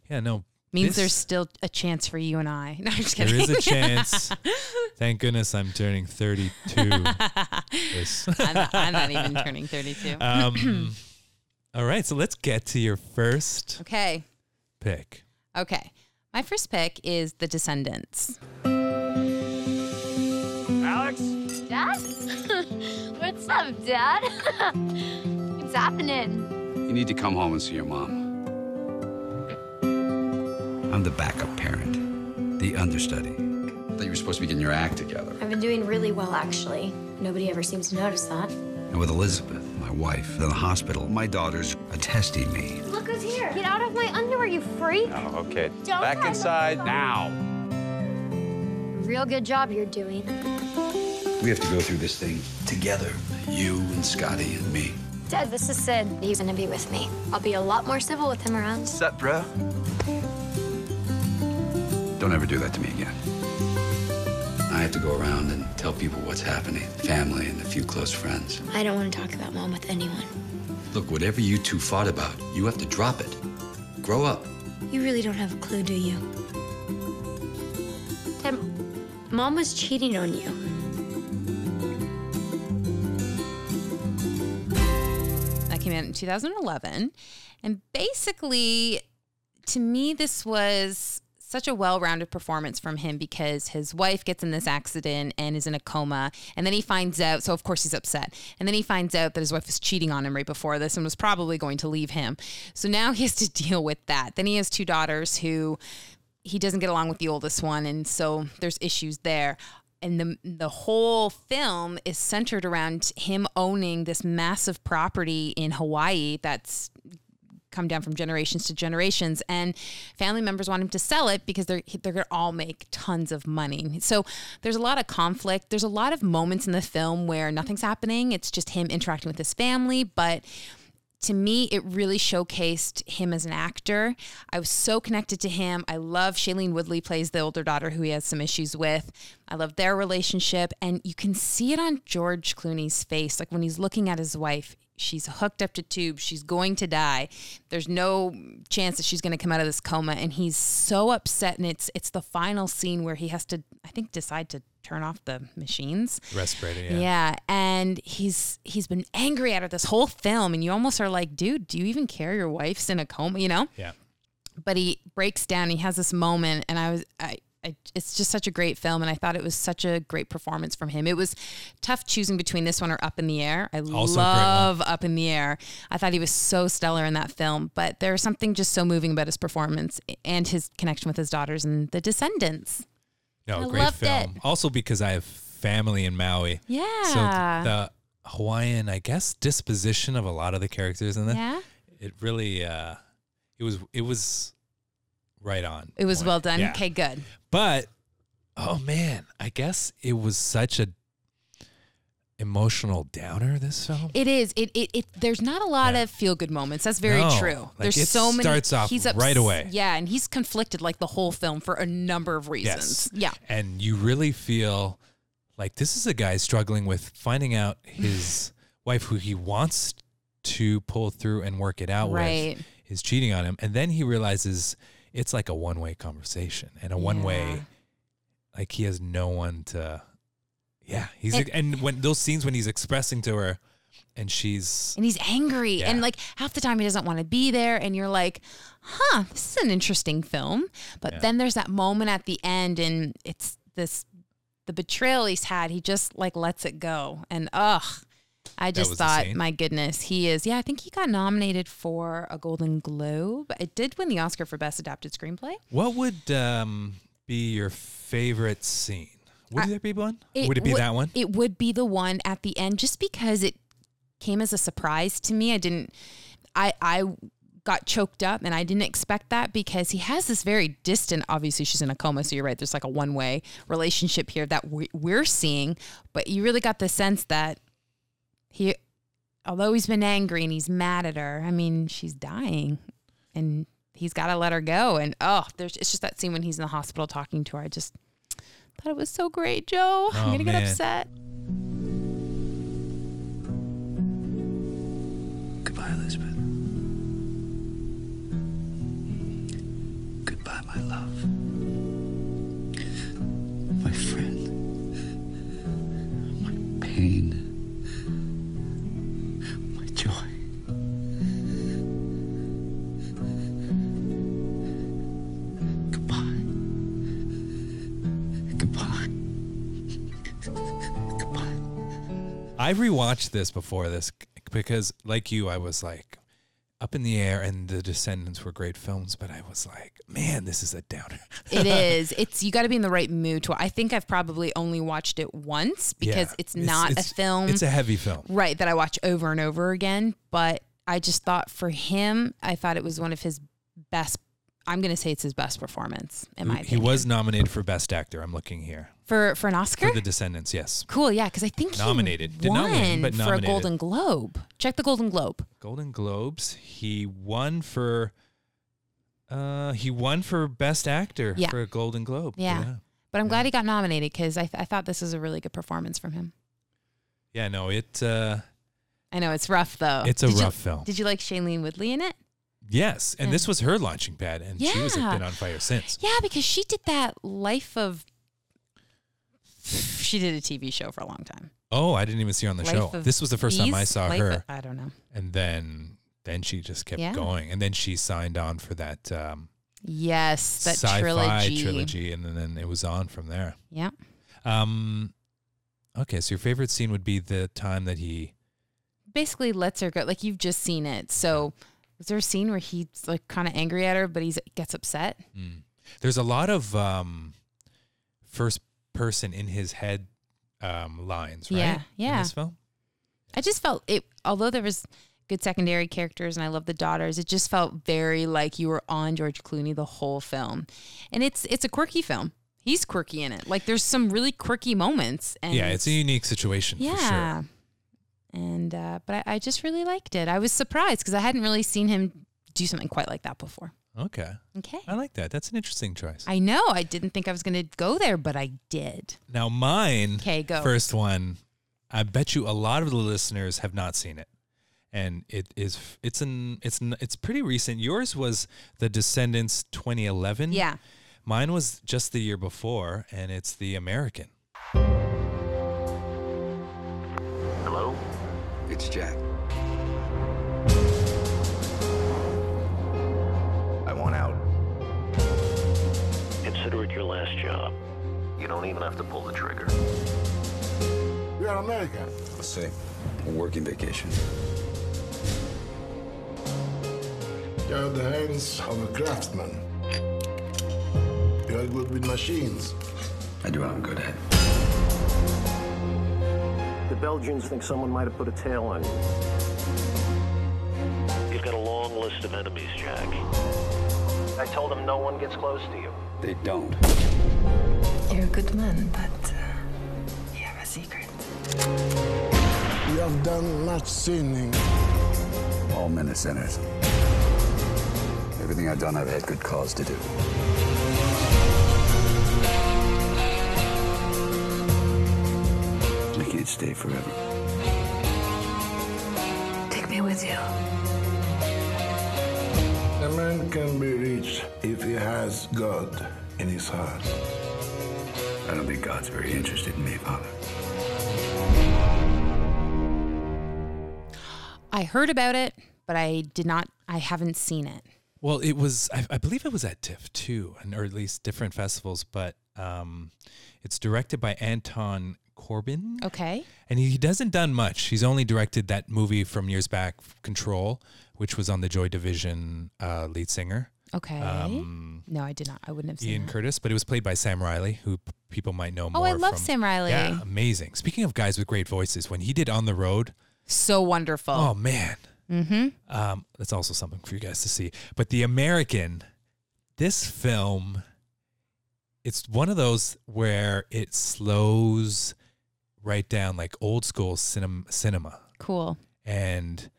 [SPEAKER 1] Yeah, no.
[SPEAKER 2] Means
[SPEAKER 1] this-
[SPEAKER 2] there's still a chance for you and I. *laughs* No, I'm just
[SPEAKER 1] there
[SPEAKER 2] kidding.
[SPEAKER 1] is a
[SPEAKER 2] *laughs*
[SPEAKER 1] chance. Thank goodness I'm turning 32. This- *laughs*
[SPEAKER 2] I'm, not, I'm not even turning thirty two.
[SPEAKER 1] um, all right, so let's get to your first
[SPEAKER 2] okay.
[SPEAKER 1] pick.
[SPEAKER 2] Okay. My first pick is The Descendants.
[SPEAKER 5] Alex,
[SPEAKER 4] Dad? Dad? *laughs* What's up, Dad? *laughs* What's happening?
[SPEAKER 5] You need to come home and see your mom. I'm the backup parent, the understudy. Thought you were supposed to be getting your act together.
[SPEAKER 6] I've been doing really well, actually. Nobody ever seems to notice that.
[SPEAKER 5] And with Elizabeth, my wife, in the hospital, my daughters are testing me.
[SPEAKER 6] Look who's here. Get out of my underwear, you freak.
[SPEAKER 7] Oh, okay.
[SPEAKER 6] Don't
[SPEAKER 7] Back
[SPEAKER 6] touch
[SPEAKER 7] inside now.
[SPEAKER 6] Real good job you're doing.
[SPEAKER 5] We have to go through this thing together. You and Scotty and me.
[SPEAKER 6] Dad, this is Sid. He's gonna be with me. I'll be a lot more civil with him around.
[SPEAKER 7] Sup, bro?
[SPEAKER 5] Don't ever do that to me again. I have to go around and tell people what's happening family and a few close friends.
[SPEAKER 6] I don't want to talk about mom with anyone.
[SPEAKER 5] Look, whatever you two fought about, you have to drop it. Grow up.
[SPEAKER 6] You really don't have a clue, do you? Dad, mom was cheating on you.
[SPEAKER 2] that came out in 2011. And basically, to me, this was such a well rounded performance from him because his wife gets in this accident and is in a coma. And then he finds out, so of course he's upset. And then he finds out that his wife was cheating on him right before this and was probably going to leave him. So now he has to *laughs* deal with that. Then he has two daughters who he doesn't get along with the oldest one and so there's issues there and the the whole film is centered around him owning this massive property in Hawaii that's come down from generations to generations and family members want him to sell it because they're they're gonna all make tons of money so there's a lot of conflict there's a lot of moments in the film where nothing's happening it's just him interacting with his family but to me, it really showcased him as an actor. I was so connected to him. I love Shailene Woodley plays the older daughter who he has some issues with. I love their relationship. And you can see it on George Clooney's face. Like when he's looking at his wife, she's hooked up to tubes. She's going to die. There's no chance that she's going to come out of this coma. And he's so upset. And it's it's the final scene where he has to, I think, decide to turn off the machines.
[SPEAKER 1] Respirator, yeah.
[SPEAKER 2] Yeah. and he's he's been angry at her this whole film, and you almost are like, dude, do you even care? Your wife's in a coma, you know.
[SPEAKER 1] Yeah.
[SPEAKER 2] But he breaks down. He has this moment, and I was I. I, it's just such a great film, and I thought it was such a great performance from him. It was tough choosing between this one or Up in the Air. I
[SPEAKER 1] Also a great
[SPEAKER 2] love Up in the Air. I thought he was so stellar in that film, but there's something just so moving about his performance and his connection with his daughters and the descendants.
[SPEAKER 1] No,
[SPEAKER 2] I
[SPEAKER 1] great
[SPEAKER 2] loved
[SPEAKER 1] film. Also because I have family in Maui.
[SPEAKER 2] Yeah.
[SPEAKER 1] So th- the Hawaiian, I guess, disposition of a lot of the characters in that
[SPEAKER 2] Yeah,
[SPEAKER 1] it really uh it was it was right on.
[SPEAKER 2] it was
[SPEAKER 1] point.
[SPEAKER 2] well done.
[SPEAKER 1] Yeah.
[SPEAKER 2] Okay, good.
[SPEAKER 1] But oh man, I guess it was such a emotional downer this film.
[SPEAKER 2] It is. It it, it there's not a lot
[SPEAKER 1] Yeah.
[SPEAKER 2] of feel good moments. That's very
[SPEAKER 1] No.
[SPEAKER 2] true.
[SPEAKER 1] Like,
[SPEAKER 2] there's
[SPEAKER 1] it
[SPEAKER 2] so many
[SPEAKER 1] starts off
[SPEAKER 2] he's ups-
[SPEAKER 1] right away.
[SPEAKER 2] Yeah, and he's conflicted like the whole film for a number of reasons. Yeah.
[SPEAKER 1] And you really feel like this is a guy struggling with finding out his *sighs* wife who he wants to pull through and work it out
[SPEAKER 2] Right.
[SPEAKER 1] with is cheating on him. And then he realizes it's like a one way conversation and a one
[SPEAKER 2] Yeah.
[SPEAKER 1] way, like he has no one to. Yeah. He's,
[SPEAKER 2] And-
[SPEAKER 1] and when those scenes when he's expressing to her and she's
[SPEAKER 2] And he's angry
[SPEAKER 1] Yeah.
[SPEAKER 2] and like half the time he doesn't want to be there and you're like, "Huh, this is an interesting film." But
[SPEAKER 1] Yeah.
[SPEAKER 2] then there's that moment at the end and it's this the betrayal he's had, he just like lets it go. And ugh, I just
[SPEAKER 1] was
[SPEAKER 2] thought,
[SPEAKER 1] insane.
[SPEAKER 2] my goodness, he is. Yeah, I think he got nominated for a Golden Globe. It did win the Oscar for Best Adapted Screenplay.
[SPEAKER 1] What would um, be your favorite scene? Would there be one?
[SPEAKER 2] It
[SPEAKER 1] would it be
[SPEAKER 2] would-
[SPEAKER 1] that one?
[SPEAKER 2] It would be the one at the end, just because it came as a surprise to me. I didn't. I I got choked up, and I didn't expect that because he has this very distant. Obviously, she's in a coma, so you're right. There's like a one way relationship here that we, we're seeing, but you really got the sense that he, although he's been angry and he's mad at her. I mean, she's dying, and. He's got to let her go, and oh, there's it's just that scene when he's in the hospital talking to her. I just thought it was so great, Joe. I'm
[SPEAKER 1] Oh,
[SPEAKER 2] gonna
[SPEAKER 1] man.
[SPEAKER 2] get upset.
[SPEAKER 5] Goodbye, Elizabeth. Goodbye, my love. My friend. My pain. My joy. Goodbye. Goodbye. Goodbye.
[SPEAKER 1] I rewatched this before this c- because, like you, I was like up in the air, and The Descendants were great films, but I was like, man, this is a downer. *laughs*
[SPEAKER 2] It is. It's you got to be in the right mood to. I think I've probably only watched it once because
[SPEAKER 1] Yeah.
[SPEAKER 2] it's not
[SPEAKER 1] it's-
[SPEAKER 2] a film.
[SPEAKER 1] It's a heavy film.
[SPEAKER 2] right that I watch over and over again. But I just thought for him, I thought it was one of his best. I'm going to say it's his best performance in my
[SPEAKER 1] He
[SPEAKER 2] opinion.
[SPEAKER 1] was nominated for Best Actor. I'm looking here
[SPEAKER 2] for for an Oscar.
[SPEAKER 1] for The Descendants. Yes,
[SPEAKER 2] cool, yeah, because I think he
[SPEAKER 1] Nominated. Did
[SPEAKER 2] won
[SPEAKER 1] not win, but
[SPEAKER 2] for a
[SPEAKER 1] nominated.
[SPEAKER 2] Golden Globe. Check the Golden Globe.
[SPEAKER 1] Golden Globes. He won for. Uh, he won for Best Actor
[SPEAKER 2] Yeah.
[SPEAKER 1] for a Golden Globe.
[SPEAKER 2] Yeah.
[SPEAKER 1] yeah.
[SPEAKER 2] But I'm glad he got nominated because I, I thought this was a really good performance from him.
[SPEAKER 1] Yeah, no, it. Uh,
[SPEAKER 2] I know it's rough though.
[SPEAKER 1] It's a
[SPEAKER 2] Did you-
[SPEAKER 1] rough film.
[SPEAKER 2] Did you like Shailene Woodley in it?
[SPEAKER 1] yes, and this was her launching pad, and she was
[SPEAKER 2] Yeah.
[SPEAKER 1] like, been on fire since.
[SPEAKER 2] Yeah, because she did that life of. She did a TV show for a long time.
[SPEAKER 1] Oh, I didn't even see her on the
[SPEAKER 2] Life
[SPEAKER 1] show.
[SPEAKER 2] of
[SPEAKER 1] This was the first time I
[SPEAKER 2] Ease?
[SPEAKER 1] saw
[SPEAKER 2] Life
[SPEAKER 1] her,
[SPEAKER 2] of- I don't know.
[SPEAKER 1] and then then she just kept
[SPEAKER 2] Yeah.
[SPEAKER 1] going, and then she signed on for that um,
[SPEAKER 2] Yes, that
[SPEAKER 1] sci-fi
[SPEAKER 2] trilogy.
[SPEAKER 1] trilogy. and then, then it was on from there.
[SPEAKER 2] Yeah.
[SPEAKER 1] Um, okay, so your favorite scene would be the time that he.
[SPEAKER 2] Basically, lets her go. Like you've just seen it. So, was there a scene where he's like kind of angry at her, but he gets upset?
[SPEAKER 1] There's a lot of um, first person in his head um, lines, right?
[SPEAKER 2] Yeah,
[SPEAKER 1] In
[SPEAKER 2] yeah.
[SPEAKER 1] this film.
[SPEAKER 2] I just felt it. Although there was good secondary characters, and I love the daughters, it just felt very like you were on George Clooney the whole film. And it's it's a quirky film. He's quirky in it. Like there's some really quirky moments. And
[SPEAKER 1] yeah, it's a unique situation for sure.
[SPEAKER 2] yeah. And uh, but I, I just really liked it. I was surprised because I hadn't really seen him do something quite like that before.
[SPEAKER 1] Okay.
[SPEAKER 2] Okay.
[SPEAKER 1] I like that. That's an interesting choice.
[SPEAKER 2] I know. I didn't think I was going to go there, but I did.
[SPEAKER 1] now mine
[SPEAKER 2] 'Kay, go.
[SPEAKER 1] first one. I bet you a lot of the listeners have not seen it. And it is it's an it's an, it's pretty recent. Yours was The Descendants 2011.
[SPEAKER 2] Yeah.
[SPEAKER 1] Mine was just the year before and it's The American.
[SPEAKER 5] It's Jack.
[SPEAKER 7] I want out.
[SPEAKER 8] Consider it your last job. You don't even have to pull the trigger.
[SPEAKER 7] You're an American.
[SPEAKER 5] Let's see. A working vacation.
[SPEAKER 7] You're the hands of a craftsman. You're good with machines.
[SPEAKER 5] I do what I'm good at.
[SPEAKER 8] The Belgians think someone might have put a tail on you. You've got a long list of enemies, Jack. I told them no one gets close to you.
[SPEAKER 5] They don't.
[SPEAKER 9] You're a good man, but uh, you have a secret.
[SPEAKER 7] You have done much sinning.
[SPEAKER 5] All men are sinners. Everything I've done, I've had good cause to do. I can't stay forever.
[SPEAKER 9] Take me with you.
[SPEAKER 7] A man can be rich if he has God in his heart.
[SPEAKER 5] I don't think God's very interested in me, Father.
[SPEAKER 2] I heard about it, but I did not. I haven't seen it.
[SPEAKER 1] Well, it was I, I believe it was at TIFF too, and or at least different festivals, but um it's directed by Anton Corbin.
[SPEAKER 2] Okay.
[SPEAKER 1] And he, he doesn't done much. He's only directed that movie from years back, Control, which was on the Joy Division uh, lead singer
[SPEAKER 2] Okay.
[SPEAKER 1] Um,
[SPEAKER 2] no, I did not. I wouldn't have seen
[SPEAKER 1] Ian
[SPEAKER 2] that.
[SPEAKER 1] Curtis, but it was played by Sam Riley, who p- people might know
[SPEAKER 2] Oh,
[SPEAKER 1] more.
[SPEAKER 2] I love
[SPEAKER 1] from-
[SPEAKER 2] Sam Riley.
[SPEAKER 1] Yeah, amazing. Speaking of guys with great voices, when he did On the Road,
[SPEAKER 2] So wonderful.
[SPEAKER 1] oh, man, mm-hmm. um, that's also something for you guys to see. But The American, this film, it's one of those where it slows right down like old school cinem- cinema.
[SPEAKER 2] Cool.
[SPEAKER 1] and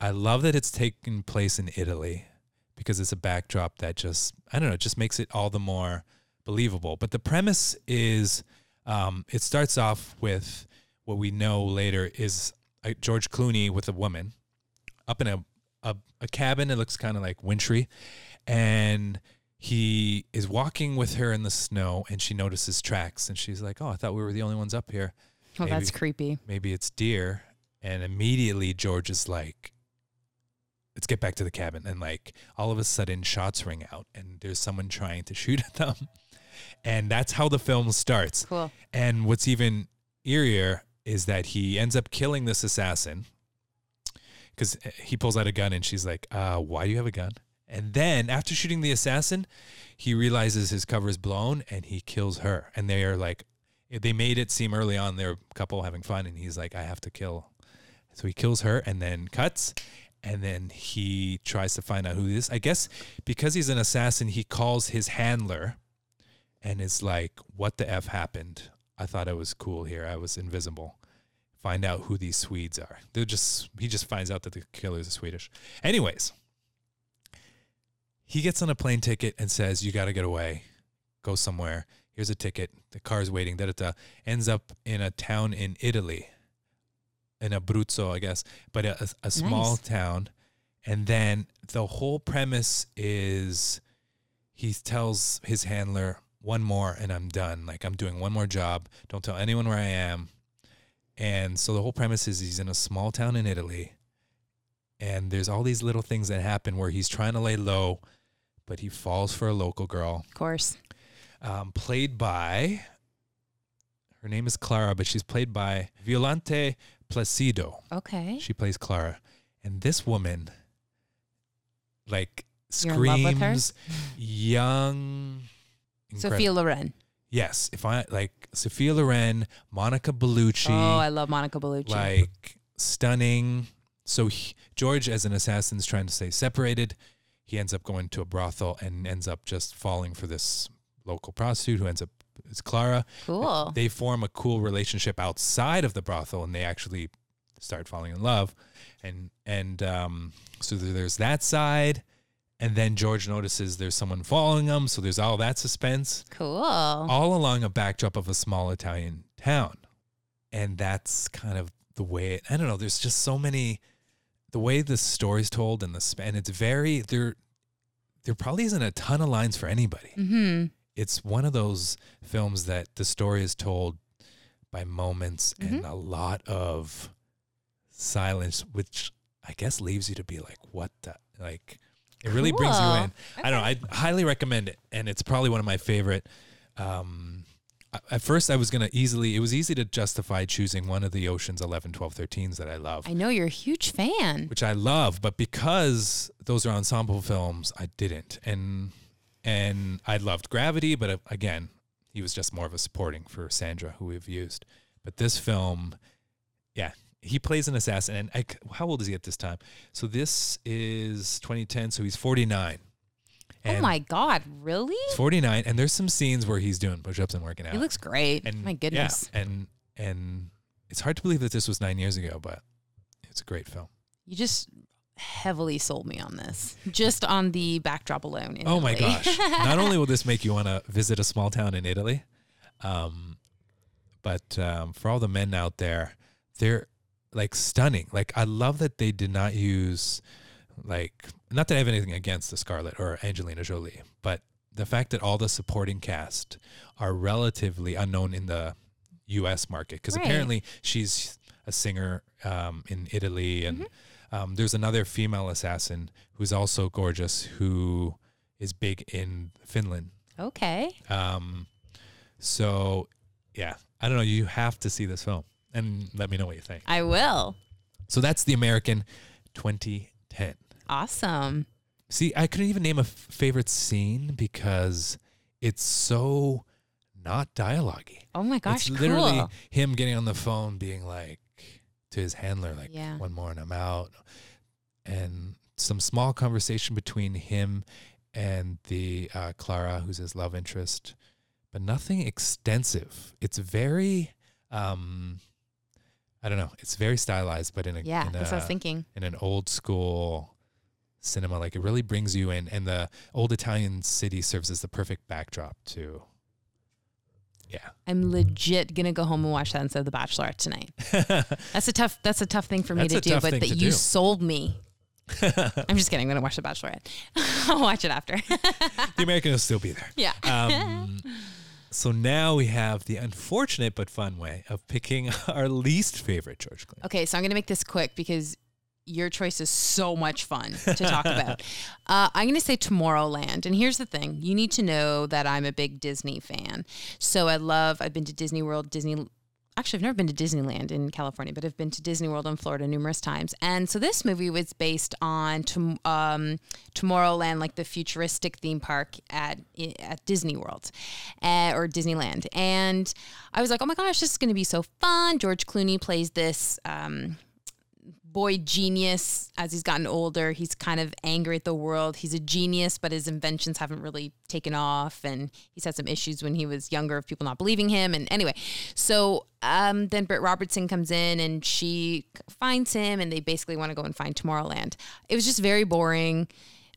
[SPEAKER 1] I love that it's taking place in Italy because it's a backdrop that just I don't know, it just makes it all the more believable. But the premise is um, it starts off with what we know later is uh, George Clooney with a woman up in a a, a cabin. It looks kind of like wintry, and he is walking with her in the snow, and she notices tracks, and she's like, "Oh, I thought we were the only ones up here."
[SPEAKER 2] Well,
[SPEAKER 1] Maybe-
[SPEAKER 2] that's creepy.
[SPEAKER 1] maybe it's deer. And immediately George is like, let's get back to the cabin. And like all of a sudden shots ring out and there's someone trying to shoot at them. And that's how the film starts.
[SPEAKER 2] Cool.
[SPEAKER 1] And what's even eerier is that he ends up killing this assassin because he pulls out a gun and she's like, uh, why do you have a gun? And then after shooting the assassin, he realizes his cover is blown and he kills her. And they are like, eh, they made it seem early on they're a couple having fun and he's like, I have to kill. So he kills her and then cuts. And then he tries to find out who this. I guess because he's an assassin, he calls his handler and is like, What the F happened? I thought I was cool here. I was invisible find out who these Swedes are. They're just he just finds out that the killers are Swedish. Anyways, he gets on a plane ticket and says, "You got to get away. Go somewhere. Here's a ticket. The car's waiting." Da da da. Ends up in a town in Italy, in Abruzzo, I guess, but a, a, a small
[SPEAKER 2] Nice.
[SPEAKER 1] town. And then the whole premise is he tells his handler one more and I'm done. Like I'm doing one more job. Don't tell anyone where I am. And so the whole premise is he's in a small town in Italy, and there's all these little things that happen where he's trying to lay low, but he falls for a local girl,
[SPEAKER 2] Of course.
[SPEAKER 1] um, played by. Her name is Clara, but she's played by Violante Placido.
[SPEAKER 2] Okay.
[SPEAKER 1] She plays Clara, and this woman, like,
[SPEAKER 2] You're in love with her?
[SPEAKER 1] screams young. incredible.
[SPEAKER 2] Sophia Loren.
[SPEAKER 1] Yes, if I like Sophia Loren, Monica Bellucci
[SPEAKER 2] oh, I love Monica Bellucci.
[SPEAKER 1] like stunning. So he, George, as an assassin, is trying to stay separated. He ends up going to a brothel and ends up just falling for this local prostitute who ends up is Clara.
[SPEAKER 2] cool.
[SPEAKER 1] They form a cool relationship outside of the brothel, and they actually start falling in love. And and um, so there- there's that side, and then George notices there's someone following him. So there's all that suspense
[SPEAKER 2] cool.
[SPEAKER 1] all along a backdrop of a small Italian town. And that's kind of the way it, I don't know, there's just so many the way the story's told and the span it's very there there probably isn't a ton of lines for anybody.
[SPEAKER 2] hmm
[SPEAKER 1] It's one of those films that the story is told by moments and a lot of silence which I guess leaves you to be like what the like it really brings you
[SPEAKER 2] Cool.
[SPEAKER 1] in. I don't know. I highly recommend it, and it's probably one of my favorite. Um, a- at first, I was gonna easily. It was easy to justify choosing one of the Ocean's 11, 12, 13s that I love,
[SPEAKER 2] I know you're a huge fan.
[SPEAKER 1] which I love, but because those are ensemble films, I didn't. And and I loved Gravity, but uh, again, he was just more of a supporting for Sandra, who we've used. But this film, yeah, he plays an assassin. And I c how old is he at this time? So this is 2010, so he's 49.
[SPEAKER 2] oh
[SPEAKER 1] And
[SPEAKER 2] my God, really?
[SPEAKER 1] He's 49, and there's some scenes where he's doing push-ups and working out.
[SPEAKER 2] He looks great.
[SPEAKER 1] and
[SPEAKER 2] my goodness.
[SPEAKER 1] yeah, and and it's hard to believe that this was nine years ago, but it's a great film.
[SPEAKER 2] You just heavily sold me on this, just on the backdrop alone. in
[SPEAKER 1] Oh my
[SPEAKER 2] Italy.
[SPEAKER 1] gosh!
[SPEAKER 2] *laughs*
[SPEAKER 1] Not only will this make you want to visit a small town in Italy, um, but um, for all the men out there, they're like stunning. Like I love that they did not use like not that I have anything against the Scarlet or Angelina Jolie, but the fact that all the supporting cast are relatively unknown in the U.S. market because
[SPEAKER 2] Right.
[SPEAKER 1] apparently she's a singer um, in Italy and. Um, there's another female assassin who's also gorgeous who is big in Finland.
[SPEAKER 2] okay.
[SPEAKER 1] Um, so, yeah, I don't know. You have to see this film and let me know what you think.
[SPEAKER 2] I will.
[SPEAKER 1] So that's the American 2010.
[SPEAKER 2] Awesome.
[SPEAKER 1] See, I couldn't even name a f- favorite scene because it's so not dialogue
[SPEAKER 2] Oh my gosh.
[SPEAKER 1] it's literally
[SPEAKER 2] cool.
[SPEAKER 1] him getting on the phone, being like to his handler, like
[SPEAKER 2] Yeah.
[SPEAKER 1] one more and I'm out, and some small conversation between him and the uh, Clara, who's his love interest, but nothing extensive. It's very, um, I don't know, it's very stylized, but in a
[SPEAKER 2] Yeah,
[SPEAKER 1] in
[SPEAKER 2] that's what I was
[SPEAKER 1] a-
[SPEAKER 2] thinking.
[SPEAKER 1] in an old school cinema like it really brings you in and the old italian city serves as the perfect backdrop to yeah
[SPEAKER 2] I'm legit gonna go home and watch that instead of The Bachelor
[SPEAKER 1] *laughs*
[SPEAKER 2] tonight. that's a tough. That's a tough thing for me
[SPEAKER 1] That's
[SPEAKER 2] to
[SPEAKER 1] a
[SPEAKER 2] do.
[SPEAKER 1] tough
[SPEAKER 2] But
[SPEAKER 1] thing
[SPEAKER 2] that
[SPEAKER 1] to
[SPEAKER 2] you
[SPEAKER 1] do.
[SPEAKER 2] sold
[SPEAKER 1] *laughs*
[SPEAKER 2] me. I'm just kidding. I'm gonna watch The Bachelorette. *laughs* I'll watch it after.
[SPEAKER 1] the American will still be there.
[SPEAKER 2] *laughs* yeah.
[SPEAKER 1] Um, so now we have the unfortunate but fun way of picking *laughs* our least favorite George Clooney.
[SPEAKER 2] Okay, so I'm going to make this quick because your choice is so much fun to talk about. Uh, I'm going to say Tomorrowland. And here's the thing you need to know that I'm a big Disney fan. So I love, I've been to Disney World, Disney. actually, I've never been to Disneyland in California, but I've been to Disney World in Florida numerous times. And so this movie was based on tom- um, Tomorrowland, like the futuristic theme park at i- at Disney World uh, or Disneyland. And I was like, oh my gosh, this is going to be so fun. George Clooney plays this. Um, boy genius as he's gotten older. He's kind of angry at the world. He's a genius, but his inventions haven't really taken off. And he's had some issues when he was younger of people not believing him. And anyway, so um, then Britt Robertson comes in and she finds him, and they basically want to go and find Tomorrowland. It was just very boring.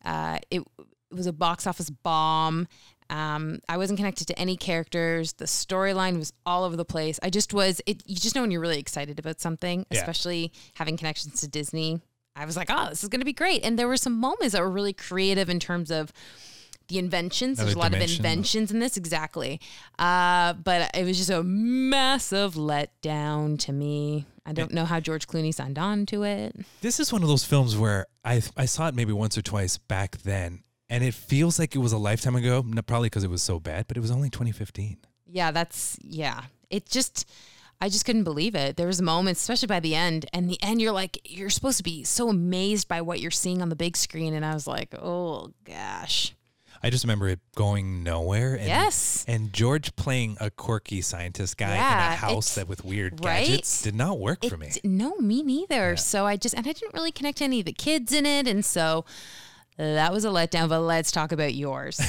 [SPEAKER 2] Uh, it, it was a box office bomb. Um, I wasn't connected to any characters. The storyline was all over the place. I just was. It you just know when you're really excited about something,
[SPEAKER 1] Yeah.
[SPEAKER 2] especially having connections to Disney. I was like, oh, this is going to be great. And there were some moments that were really creative in terms of the inventions. There's a
[SPEAKER 1] Another
[SPEAKER 2] lot of
[SPEAKER 1] dimension.
[SPEAKER 2] inventions in this, exactly. Uh, but it was just a massive letdown to me. I don't know how George Clooney signed on to it.
[SPEAKER 1] This is one of those films where I I saw it maybe once or twice back then, and it feels like it was a lifetime ago. n- Probably because it was so bad, but it was only 2015.
[SPEAKER 2] Yeah, that's yeah. It just I just couldn't believe it. There was moments, especially by the end, and the end you're like you're supposed to be so amazed by what you're seeing on the big screen and I was like, "Oh gosh."
[SPEAKER 1] I just remember it going nowhere. And,
[SPEAKER 2] Yes.
[SPEAKER 1] And George playing a quirky scientist guy in
[SPEAKER 2] Yeah,
[SPEAKER 1] a house
[SPEAKER 2] it's-
[SPEAKER 1] that with weird
[SPEAKER 2] right?
[SPEAKER 1] gadgets did not work for
[SPEAKER 2] It-
[SPEAKER 1] me.
[SPEAKER 2] No, me neither. So I just and I didn't really connect to any of the kids in it and so that was a letdown, but let's talk
[SPEAKER 1] *laughs*
[SPEAKER 2] about yours.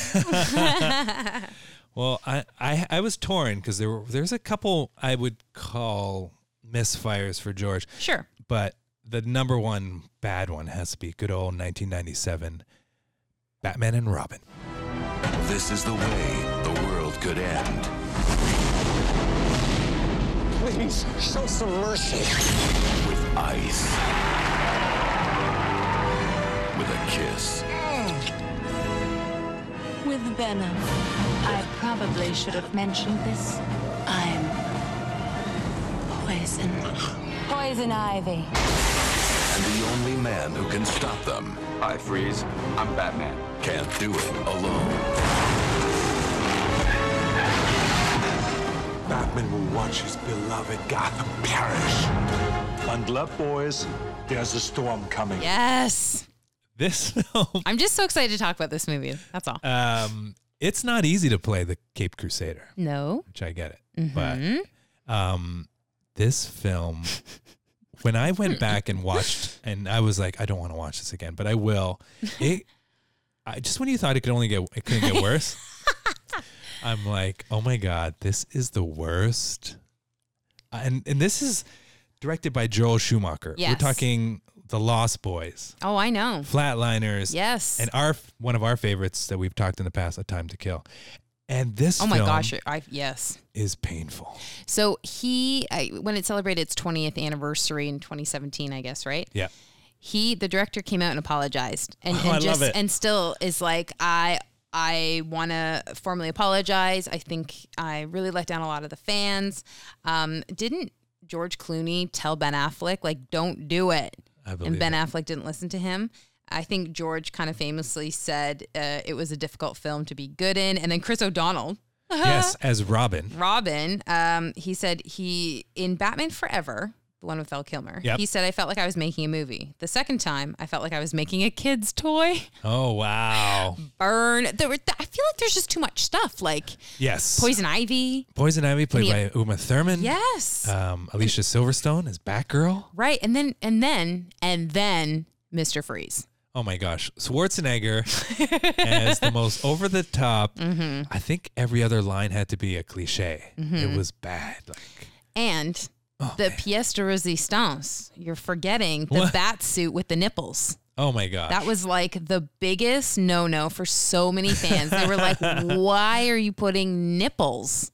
[SPEAKER 1] Well, I I, I was torn because there were there's a couple I would call misfires for George,
[SPEAKER 2] sure.
[SPEAKER 1] but the number one bad one has to be good old 1997 Batman and Robin.
[SPEAKER 3] This is the way the world could end.
[SPEAKER 10] Please, show some mercy.
[SPEAKER 3] with ice, with a kiss,
[SPEAKER 9] With Venom. I probably should have mentioned this. I'm poison. Poison ivy.
[SPEAKER 3] and the only man who can stop them
[SPEAKER 5] I freeze. I'm Batman.
[SPEAKER 3] can't do it alone.
[SPEAKER 10] Batman will watch his beloved Gotham perish. Bundle up, boys. There's a storm coming.
[SPEAKER 2] Yes.
[SPEAKER 1] This *laughs* film,
[SPEAKER 2] I'm just so excited to talk about this movie. That's all.
[SPEAKER 1] um, it's not easy to play the Cape Crusader,
[SPEAKER 2] no.
[SPEAKER 1] which I get it,
[SPEAKER 2] Mm-hmm.
[SPEAKER 1] but um, this
[SPEAKER 2] *laughs*
[SPEAKER 1] film. When I went back and watched, and I was like, I don't want to watch this again, but I
[SPEAKER 2] *laughs*
[SPEAKER 1] will. It, I just when you thought it could only get, it couldn't get
[SPEAKER 2] *laughs*
[SPEAKER 1] worse. I'm like, oh my god, this is the worst. And and this is directed by Joel Schumacher. We're
[SPEAKER 2] Yes.
[SPEAKER 1] talking The Lost Boys,
[SPEAKER 2] Oh, I know.
[SPEAKER 1] Flatliners,
[SPEAKER 2] Yes.
[SPEAKER 1] and our one of our favorites that we've talked in the past, A Time to Kill. And this
[SPEAKER 2] oh my
[SPEAKER 1] film
[SPEAKER 2] gosh, I yes.
[SPEAKER 1] is painful.
[SPEAKER 2] So he, I, when it celebrated its 20th anniversary in 2017, I guess, right?
[SPEAKER 1] Yeah.
[SPEAKER 2] He, the director, came out and apologized, and,
[SPEAKER 1] Oh,
[SPEAKER 2] and
[SPEAKER 1] I love
[SPEAKER 2] just
[SPEAKER 1] it.
[SPEAKER 2] and still is like, I, I want to formally apologize. I think I really let down a lot of the fans. Um, didn't George Clooney tell Ben Affleck like, don't do it?
[SPEAKER 1] I believe
[SPEAKER 2] and Ben
[SPEAKER 1] it.
[SPEAKER 2] Affleck didn't listen to him. I think George kind of famously said uh, it was a difficult film to be good in, and then Chris O'Donnell
[SPEAKER 1] yes, as Robin.
[SPEAKER 2] Robin, um, he said he in Batman Forever, the one with Val Kilmer.
[SPEAKER 1] Yep.
[SPEAKER 2] He said I felt like I was making a movie. The second time, I felt like I was making a kid's toy. *laughs*
[SPEAKER 1] Oh wow.
[SPEAKER 2] Burn. There were. I feel like there's just too much stuff, like
[SPEAKER 1] Yes.
[SPEAKER 2] Poison Ivy.
[SPEAKER 1] Poison Ivy played
[SPEAKER 2] Yeah.
[SPEAKER 1] by Uma Thurman.
[SPEAKER 2] Yes.
[SPEAKER 1] Um, Alicia Silverstone as Batgirl.
[SPEAKER 2] right. And then and then and then Mr. Freeze.
[SPEAKER 1] Oh my gosh,
[SPEAKER 2] *laughs*
[SPEAKER 1] Schwarzenegger as the most over the top.
[SPEAKER 2] Mm-hmm.
[SPEAKER 1] I think every other line had to be a cliche. It was bad. Like
[SPEAKER 2] And the pièce de résistance. You're forgetting the
[SPEAKER 1] Oh, What?
[SPEAKER 2] bat suit with the nipples.
[SPEAKER 1] oh my gosh,
[SPEAKER 2] That was like the biggest no no for so many fans. They
[SPEAKER 1] *laughs*
[SPEAKER 2] were like, why are you putting nipples?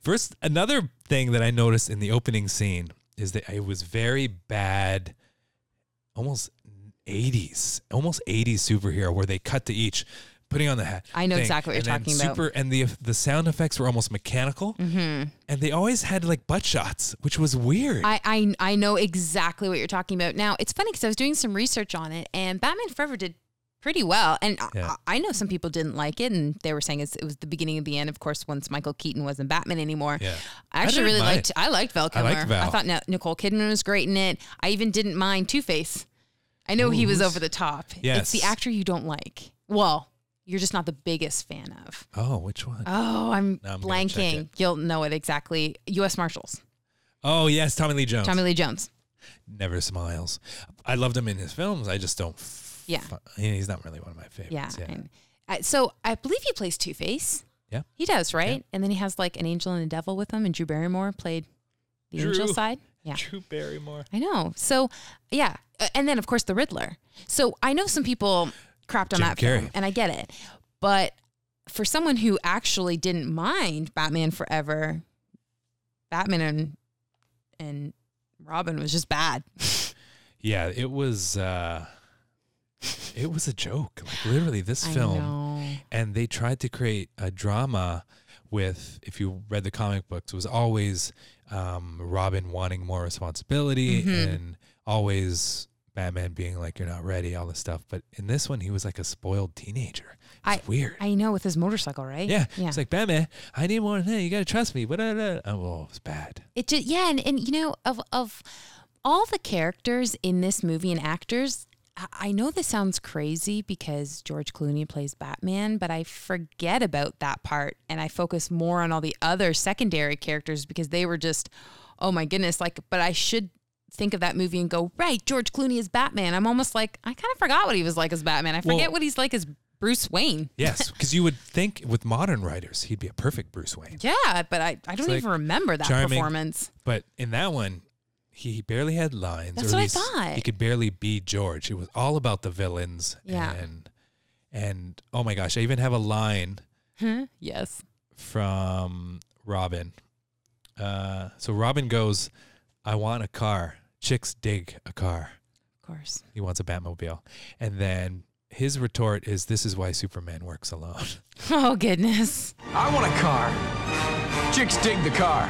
[SPEAKER 1] First, another thing that I noticed in the opening scene is that it was very bad, almost 80s, almost 80s superhero where they cut to each putting on the hat.
[SPEAKER 2] I know exactly
[SPEAKER 1] and
[SPEAKER 2] what you're
[SPEAKER 1] then
[SPEAKER 2] talking about. Mm-hmm.
[SPEAKER 1] super, And the the sound effects were almost mechanical, and they always had like butt shots, which was weird.
[SPEAKER 2] *laughs* I, I I know exactly what you're talking about. Now it's funny because I was doing some research on it, and Batman Forever did pretty well. And I-
[SPEAKER 1] Yeah.
[SPEAKER 2] I, I know some people didn't like it, and they were saying it's, it was the beginning of the end. Of course, once Michael Keaton wasn't Batman anymore.
[SPEAKER 1] Yeah.
[SPEAKER 2] I
[SPEAKER 1] I
[SPEAKER 2] actually
[SPEAKER 1] didn't
[SPEAKER 2] really
[SPEAKER 1] mind
[SPEAKER 2] liked.
[SPEAKER 1] it.
[SPEAKER 2] I liked Val
[SPEAKER 1] I
[SPEAKER 2] Kilmer.
[SPEAKER 1] liked Val.
[SPEAKER 2] thought Ni- Nicole Kidman was great in it. I even didn't mind Two Face. I know he was
[SPEAKER 1] who's-
[SPEAKER 2] over the top. It's the
[SPEAKER 1] Yes.
[SPEAKER 2] actor you don't like. Well, you're just not the biggest fan of.
[SPEAKER 1] Oh, which one?
[SPEAKER 2] Oh, I'm,
[SPEAKER 1] Now I'm gonna check
[SPEAKER 2] blanking.
[SPEAKER 1] it.
[SPEAKER 2] You'll know it exactly. U.S. Marshals.
[SPEAKER 1] Oh yes, Tommy Lee Jones.
[SPEAKER 2] Tommy Lee Jones.
[SPEAKER 1] never smiles. I loved him in his films. I just don't. F-
[SPEAKER 2] Yeah.
[SPEAKER 1] he- he's not really one of my
[SPEAKER 2] Yeah.
[SPEAKER 1] favorites.
[SPEAKER 2] and- I- so I believe he plays Two Face.
[SPEAKER 1] Yeah.
[SPEAKER 2] He does, right? And then he has like an angel and a devil with him, and Drew Barrymore played the angel
[SPEAKER 1] Drew.
[SPEAKER 2] side. Yeah.
[SPEAKER 1] Drew Barrymore.
[SPEAKER 2] I know. So, yeah. Uh, And then, of course, the Riddler. So I know some people crapped on
[SPEAKER 1] Jim
[SPEAKER 2] that film,
[SPEAKER 1] Carrey.
[SPEAKER 2] and I get it. But for someone who actually didn't mind Batman Forever, Batman and and Robin was just bad.
[SPEAKER 1] Yeah, it was. uh It was a joke. Like literally, this film.
[SPEAKER 2] I know.
[SPEAKER 1] and they tried to create a drama with if you read the comic books it was always um, robin wanting more responsibility
[SPEAKER 2] Mm-hmm.
[SPEAKER 1] and always batman being like you're not ready all this stuff but in this one he was like a spoiled teenager
[SPEAKER 2] I-
[SPEAKER 1] it's weird
[SPEAKER 2] I know with his motorcycle, right?
[SPEAKER 1] yeah.
[SPEAKER 2] Yeah.
[SPEAKER 1] it's like batman i need more than that. you gotta trust me but oh well it's bad
[SPEAKER 2] It just yeah, and, and you know of of all the characters in this movie and actors, I, I know this sounds crazy because George Clooney plays Batman, but I forget about that part and I focus more on all the other secondary characters because they were just oh my goodness, like but I should think of that movie and go right George Clooney is Batman. I'm almost like I kind of forgot what he was like as Batman. I forget
[SPEAKER 1] Well-
[SPEAKER 2] what he's like as Bruce Wayne. *laughs*
[SPEAKER 1] yes because you would think with modern writers he'd be a perfect bruce wayne
[SPEAKER 2] Yeah, but I, I don't
[SPEAKER 1] like
[SPEAKER 2] even remember that
[SPEAKER 1] charming.
[SPEAKER 2] performance.
[SPEAKER 1] But in that one, he barely had lines.
[SPEAKER 2] That's
[SPEAKER 1] or
[SPEAKER 2] what
[SPEAKER 1] at
[SPEAKER 2] I
[SPEAKER 1] least
[SPEAKER 2] thought.
[SPEAKER 1] He could barely be George. It was all about the villains.
[SPEAKER 2] Yeah.
[SPEAKER 1] And, and oh my gosh, I even have a line
[SPEAKER 2] Yes.
[SPEAKER 1] from Robin. Uh, so Robin goes, I want a car. Chicks dig a car.
[SPEAKER 2] Of course. *laughs*
[SPEAKER 1] He wants a Batmobile. And then his retort is, This is why Superman works alone. *laughs*
[SPEAKER 2] Oh goodness.
[SPEAKER 3] I want a car. Chicks dig the car.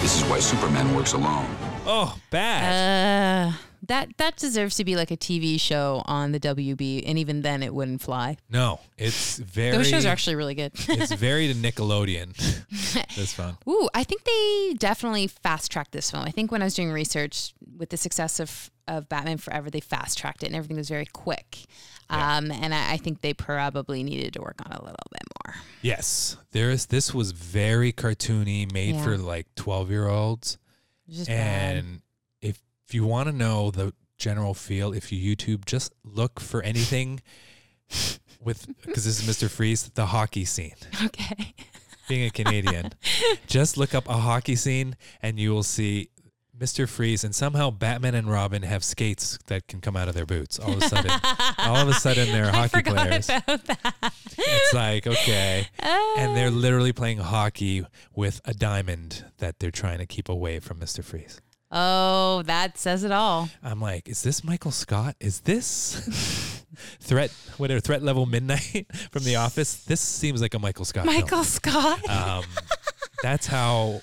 [SPEAKER 5] This is why Superman works alone.
[SPEAKER 1] oh, bad.
[SPEAKER 2] Uh, that that deserves to be like a TV show on the WB, and even then it wouldn't fly.
[SPEAKER 1] no, it's very.
[SPEAKER 2] Those shows are actually really
[SPEAKER 1] *laughs*
[SPEAKER 2] good.
[SPEAKER 1] it's very to Nickelodeon. That's fun.
[SPEAKER 2] *laughs* Ooh, I think they definitely fast tracked this film. I think when I was doing research with the success of of Batman Forever, they fast tracked it, and everything was very quick. Um, and I, I think they probably needed to work on it a little bit more.
[SPEAKER 1] Yes, there is. This was very cartoony, made
[SPEAKER 2] Yeah.
[SPEAKER 1] for like twelve-year-olds.
[SPEAKER 2] It's Just bad.
[SPEAKER 1] And if, if you want to know the general feel, if you YouTube, just look for
[SPEAKER 2] *laughs*
[SPEAKER 1] anything with because this is Mr. Freeze, the hockey scene.
[SPEAKER 2] *laughs* okay,
[SPEAKER 1] Being a
[SPEAKER 2] *laughs*
[SPEAKER 1] Canadian, just look up a hockey scene, and you will see Mr. Freeze, and somehow Batman and Robin have skates that can come out of their boots. All of a sudden, all of a sudden, they're
[SPEAKER 2] *laughs* I
[SPEAKER 1] hockey
[SPEAKER 2] forgot
[SPEAKER 1] players.
[SPEAKER 2] about that.
[SPEAKER 1] It's like, okay. and
[SPEAKER 2] Oh.
[SPEAKER 1] they're literally playing hockey with a diamond that they're trying to keep away from Mr. Freeze.
[SPEAKER 2] Oh, that says it all.
[SPEAKER 1] I'm like, is this Michael Scott? Is this
[SPEAKER 2] *laughs*
[SPEAKER 1] threat, whatever, threat level midnight *laughs* from The Office? This seems like a Michael Scott. film.
[SPEAKER 2] Michael Scott.
[SPEAKER 1] Um, that's how,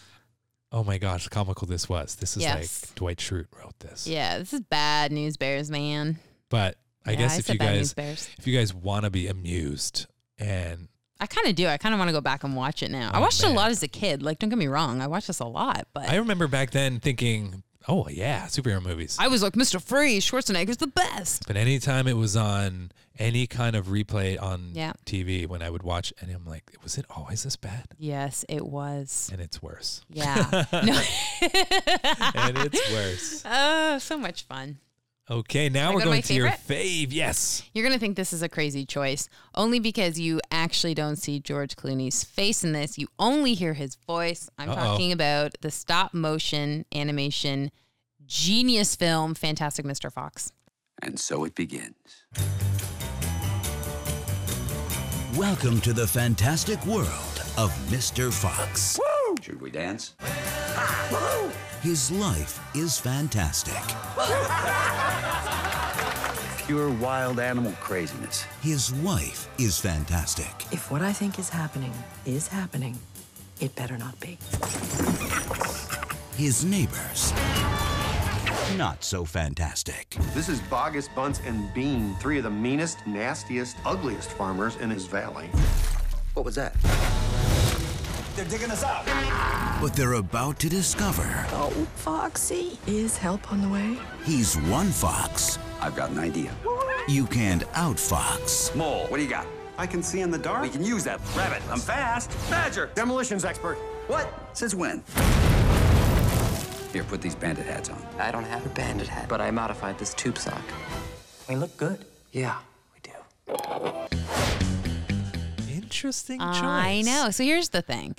[SPEAKER 1] oh my gosh, comical this was. This is
[SPEAKER 2] Yes.
[SPEAKER 1] like Dwight Schrute wrote this.
[SPEAKER 2] *laughs* yeah, this is bad news bears, man.
[SPEAKER 1] But I
[SPEAKER 2] Yeah,
[SPEAKER 1] guess
[SPEAKER 2] I
[SPEAKER 1] if
[SPEAKER 2] said
[SPEAKER 1] you
[SPEAKER 2] bad
[SPEAKER 1] guys,
[SPEAKER 2] news bears.
[SPEAKER 1] if you guys want to be amused and
[SPEAKER 2] I kind of do. I kind of want to go back and watch it now. I
[SPEAKER 1] Oh,
[SPEAKER 2] watched it a
[SPEAKER 1] man.
[SPEAKER 2] lot as a kid. Like, don't get me wrong, I watched this a lot, but
[SPEAKER 1] I
[SPEAKER 2] I,
[SPEAKER 1] remember back then thinking, oh yeah, superhero movies.
[SPEAKER 2] was like, Mr. Freeze, Schwarzenegger's the best.
[SPEAKER 1] But anytime it was on any kind of replay on
[SPEAKER 2] Yeah.
[SPEAKER 1] TV, when I would watch, and I'm like, was it always this bad?
[SPEAKER 2] Yes, it *laughs* was.
[SPEAKER 1] And it's worse.
[SPEAKER 2] Yeah. no. *laughs*
[SPEAKER 1] and it's worse.
[SPEAKER 2] Oh, so much fun.
[SPEAKER 1] Okay, now
[SPEAKER 2] I
[SPEAKER 1] we're
[SPEAKER 2] go to my
[SPEAKER 1] going to, your fave. Yes.
[SPEAKER 2] You're going to think this is a crazy choice only because you actually don't see George Clooney's face in this. You only hear his voice. I'm
[SPEAKER 1] Uh-oh.
[SPEAKER 2] talking about the stop motion animation genius film, Fantastic Mr. Fox.
[SPEAKER 5] And so it begins.
[SPEAKER 11] Welcome to the fantastic world of Mr. Fox.
[SPEAKER 5] Should we dance?
[SPEAKER 11] His life is fantastic.
[SPEAKER 5] Pure wild animal craziness.
[SPEAKER 11] His wife is fantastic.
[SPEAKER 9] If what I think is happening is happening, it better not be.
[SPEAKER 11] His neighbors. not so fantastic.
[SPEAKER 12] This is Bogus Bunce and Bean, three of the meanest, nastiest, ugliest farmers in his valley. What was that?
[SPEAKER 10] They're digging us up.
[SPEAKER 11] But they're about to discover
[SPEAKER 9] Oh, Foxy. Is help on the way?
[SPEAKER 11] he's one fox
[SPEAKER 5] I've got an idea.
[SPEAKER 11] you can't outfox.
[SPEAKER 5] Mole, what do you got? I can see in the dark. We can use that. Rabbit, I'm fast. Badger, demolitions expert. What? Since when?
[SPEAKER 12] Here, put these bandit hats on. I don't have a bandit hat, but I modified this tube sock.
[SPEAKER 13] We look good.
[SPEAKER 12] Yeah.
[SPEAKER 1] Interesting
[SPEAKER 2] I know. So here's the thing.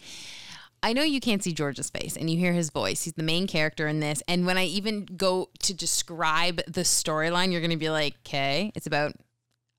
[SPEAKER 2] I know you can't see George's face and you hear his voice. He's the main character in this. And when I even go to describe the storyline, you're going to be like, okay, it's about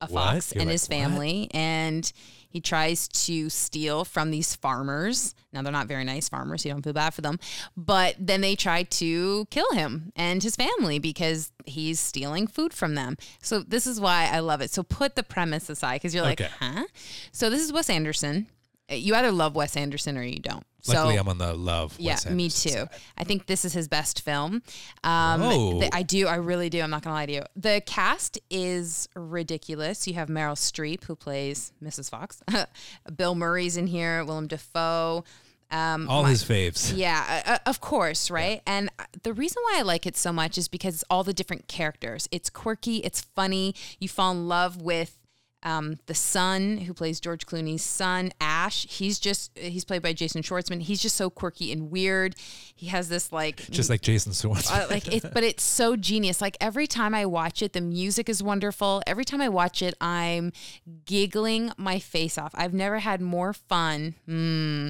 [SPEAKER 2] a
[SPEAKER 14] What?
[SPEAKER 2] fox
[SPEAKER 14] You're
[SPEAKER 2] and
[SPEAKER 14] like,
[SPEAKER 2] his family. And he tries to steal from these farmers. Now, they're not very nice farmers, so you don't feel bad for them. But then they try to kill him and his family because he's stealing food from them. So this is why I love it. So put the premise aside because you're like,
[SPEAKER 1] Okay.
[SPEAKER 2] huh? So this is Wes Anderson. Uh, You either love Wes Anderson or you don't.
[SPEAKER 1] Luckily,
[SPEAKER 2] so,
[SPEAKER 1] I'm on the love.
[SPEAKER 2] yeah,
[SPEAKER 1] Wes
[SPEAKER 2] me
[SPEAKER 1] Anderson
[SPEAKER 2] too. I think this is his best film. Um,
[SPEAKER 1] Oh.
[SPEAKER 2] th- I do. I really do. I'm not going to lie to you. The cast is ridiculous. You have Meryl Streep, who plays Mrs. Fox. *laughs* Bill Murray's in here, Willem Dafoe. Um,
[SPEAKER 1] All his faves.
[SPEAKER 2] *laughs* Yeah, uh, uh, of course, right? And uh, the reason why I like it so much is because it's all the different characters. It's quirky, it's funny. You fall in love with um, the son who plays George Clooney's son, Ash. He's just, he's played by Jason Schwartzman. He's just so quirky and weird. He has this like,
[SPEAKER 1] Just like Jason Swartz.
[SPEAKER 2] uh, like it, but it's so genius. Like every time I watch it, the music is wonderful. Every time I watch it, I'm giggling my face off. I've never had more fun. Hmm.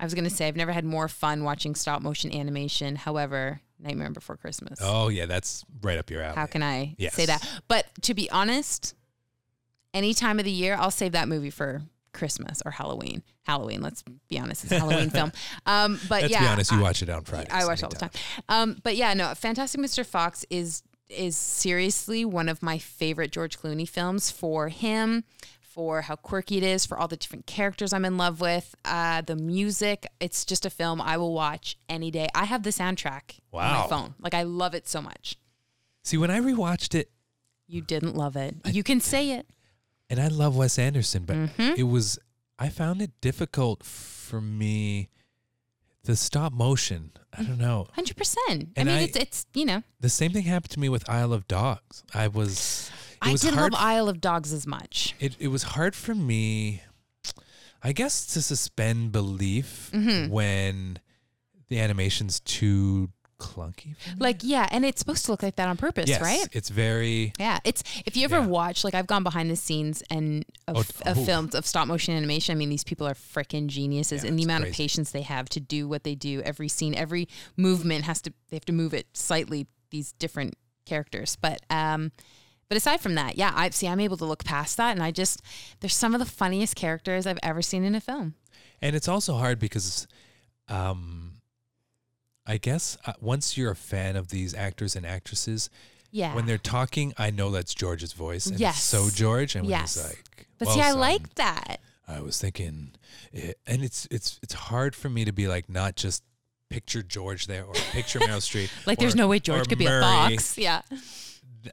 [SPEAKER 2] I was gonna say I've never had more fun watching stop motion animation. However, Nightmare Before Christmas.
[SPEAKER 1] *laughs* oh yeah, that's right up your alley.
[SPEAKER 2] How can I
[SPEAKER 1] Yes.
[SPEAKER 2] say that? But to be honest, any time of the year, I'll save that movie for Christmas or Halloween. Halloween. Let's be honest, it's a
[SPEAKER 1] *laughs*
[SPEAKER 2] Halloween film. Um, but
[SPEAKER 1] Let's
[SPEAKER 2] yeah,
[SPEAKER 1] be honest, you
[SPEAKER 2] I-
[SPEAKER 1] watch it on Friday.
[SPEAKER 2] I watch it all the time. Um, but yeah, no, Fantastic Mr. Fox is is seriously one of my favorite George Clooney films for him, for how quirky it is, for all the different characters I'm in love with, uh, the music. It's just a film I will watch any day. I have the soundtrack on
[SPEAKER 1] Wow.
[SPEAKER 2] my phone. Like I love it so much.
[SPEAKER 1] See, when I rewatched it,
[SPEAKER 2] You didn't love it. You can say it.
[SPEAKER 1] and I love Wes Anderson, but
[SPEAKER 2] Mm-hmm.
[SPEAKER 1] it was I found it difficult for me the stop motion. I don't know.
[SPEAKER 2] Hundred percent. I
[SPEAKER 1] And
[SPEAKER 2] mean,
[SPEAKER 1] I-
[SPEAKER 2] it's it's you know,
[SPEAKER 1] The same thing happened to me with Isle of Dogs. I was it
[SPEAKER 2] I
[SPEAKER 1] was
[SPEAKER 2] didn't
[SPEAKER 1] hard
[SPEAKER 2] love Isle of Dogs as much.
[SPEAKER 1] it, it was hard for me i guess to suspend belief
[SPEAKER 2] Mhm.
[SPEAKER 1] when the animation's too clunky
[SPEAKER 2] Like yeah, and it's supposed to look like that on purpose,
[SPEAKER 1] yes
[SPEAKER 2] right?
[SPEAKER 1] it's very
[SPEAKER 2] Yeah, it's if you ever watch like I've gone behind the scenes and of,
[SPEAKER 1] Oh,
[SPEAKER 2] f- of
[SPEAKER 1] oh.
[SPEAKER 2] films of stop motion animation. I mean, these people are freaking geniuses, and the amount of
[SPEAKER 1] crazy.
[SPEAKER 2] patience they have to do what they do. Every scene, every movement has to they have to move it slightly. These different characters, but um, but aside from that, yeah, I see I'm able to look past that, and I just there's some of the funniest characters I've ever seen in a film.
[SPEAKER 1] and it's also hard because um i guess uh, once you're a fan of these actors and actresses
[SPEAKER 2] Yeah.
[SPEAKER 1] when they're talking i know that's george's voice and
[SPEAKER 2] Yes.
[SPEAKER 1] it's so george and when
[SPEAKER 2] Yes.
[SPEAKER 1] he's like
[SPEAKER 2] But
[SPEAKER 1] "Well,
[SPEAKER 2] see, I
[SPEAKER 1] son,
[SPEAKER 2] like that.
[SPEAKER 1] I was thinking, it, and it's it's it's hard for me to be like not just picture George there or picture
[SPEAKER 2] *laughs*
[SPEAKER 1] Meryl Streep.
[SPEAKER 2] Like, there's
[SPEAKER 1] or-
[SPEAKER 2] no way George
[SPEAKER 1] or
[SPEAKER 2] could be
[SPEAKER 1] Murray.
[SPEAKER 2] a fox. Yeah.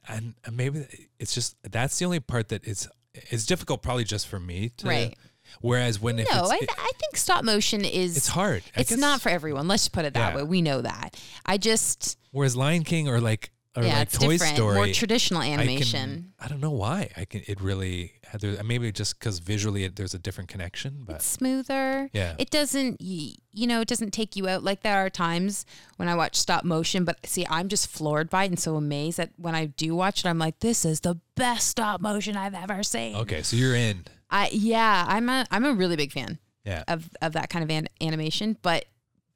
[SPEAKER 1] And and maybe it's just that's the only part that it's it's difficult probably just for me to.
[SPEAKER 2] Right.
[SPEAKER 1] Whereas when if
[SPEAKER 2] no,
[SPEAKER 1] it's,
[SPEAKER 2] I,
[SPEAKER 1] it-
[SPEAKER 2] I think stop motion is
[SPEAKER 1] It's hard. I
[SPEAKER 2] It's
[SPEAKER 1] guess-
[SPEAKER 2] not for everyone. Let's just put it that
[SPEAKER 1] Yeah.
[SPEAKER 2] way. We know that. I just
[SPEAKER 1] whereas Lion King or like or
[SPEAKER 2] Yeah,
[SPEAKER 1] like
[SPEAKER 2] it's
[SPEAKER 1] Toy
[SPEAKER 2] different, more
[SPEAKER 1] Story
[SPEAKER 2] traditional
[SPEAKER 1] I can-
[SPEAKER 2] animation.
[SPEAKER 1] I, don't know why I can. It really uh, there, maybe just because visually it, there's a different connection, but
[SPEAKER 2] smoother.
[SPEAKER 1] Yeah.
[SPEAKER 2] It doesn't y- you know, it doesn't take you out like there are times when I watch stop motion, but see, I'm just floored by it and so amazed that when I do watch it I'm like this is the best stop motion I've ever seen.
[SPEAKER 1] okay. So you're in.
[SPEAKER 2] I yeah, I'm a I'm a really big fan
[SPEAKER 1] Yeah.
[SPEAKER 2] of of that kind of an, animation, but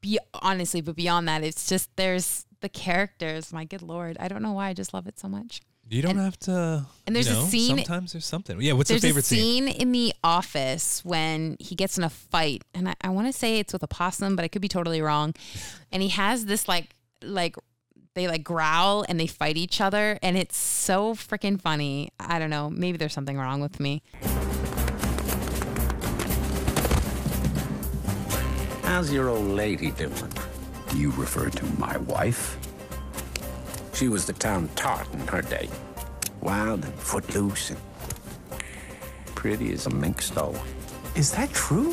[SPEAKER 2] be, honestly, but beyond that, it's just there's the characters. My good lord, I don't know why I just love it so much.
[SPEAKER 1] You don't have to.
[SPEAKER 2] and there's
[SPEAKER 1] you
[SPEAKER 2] a
[SPEAKER 1] know,
[SPEAKER 2] scene-
[SPEAKER 1] Sometimes there's something. Yeah. What's
[SPEAKER 2] There's
[SPEAKER 1] your favorite
[SPEAKER 2] a scene in the office when he gets in a fight, and I, I want to say it's with a possum, but I could be totally wrong. And he has this like like they like growl and they fight each other, and it's so freaking funny. I don't know. Maybe there's something wrong with me.
[SPEAKER 5] How's your old lady doing? You refer to my wife?
[SPEAKER 13] She was the town tart in her day. Wild and footloose and pretty as a mink stole.
[SPEAKER 14] Is that true?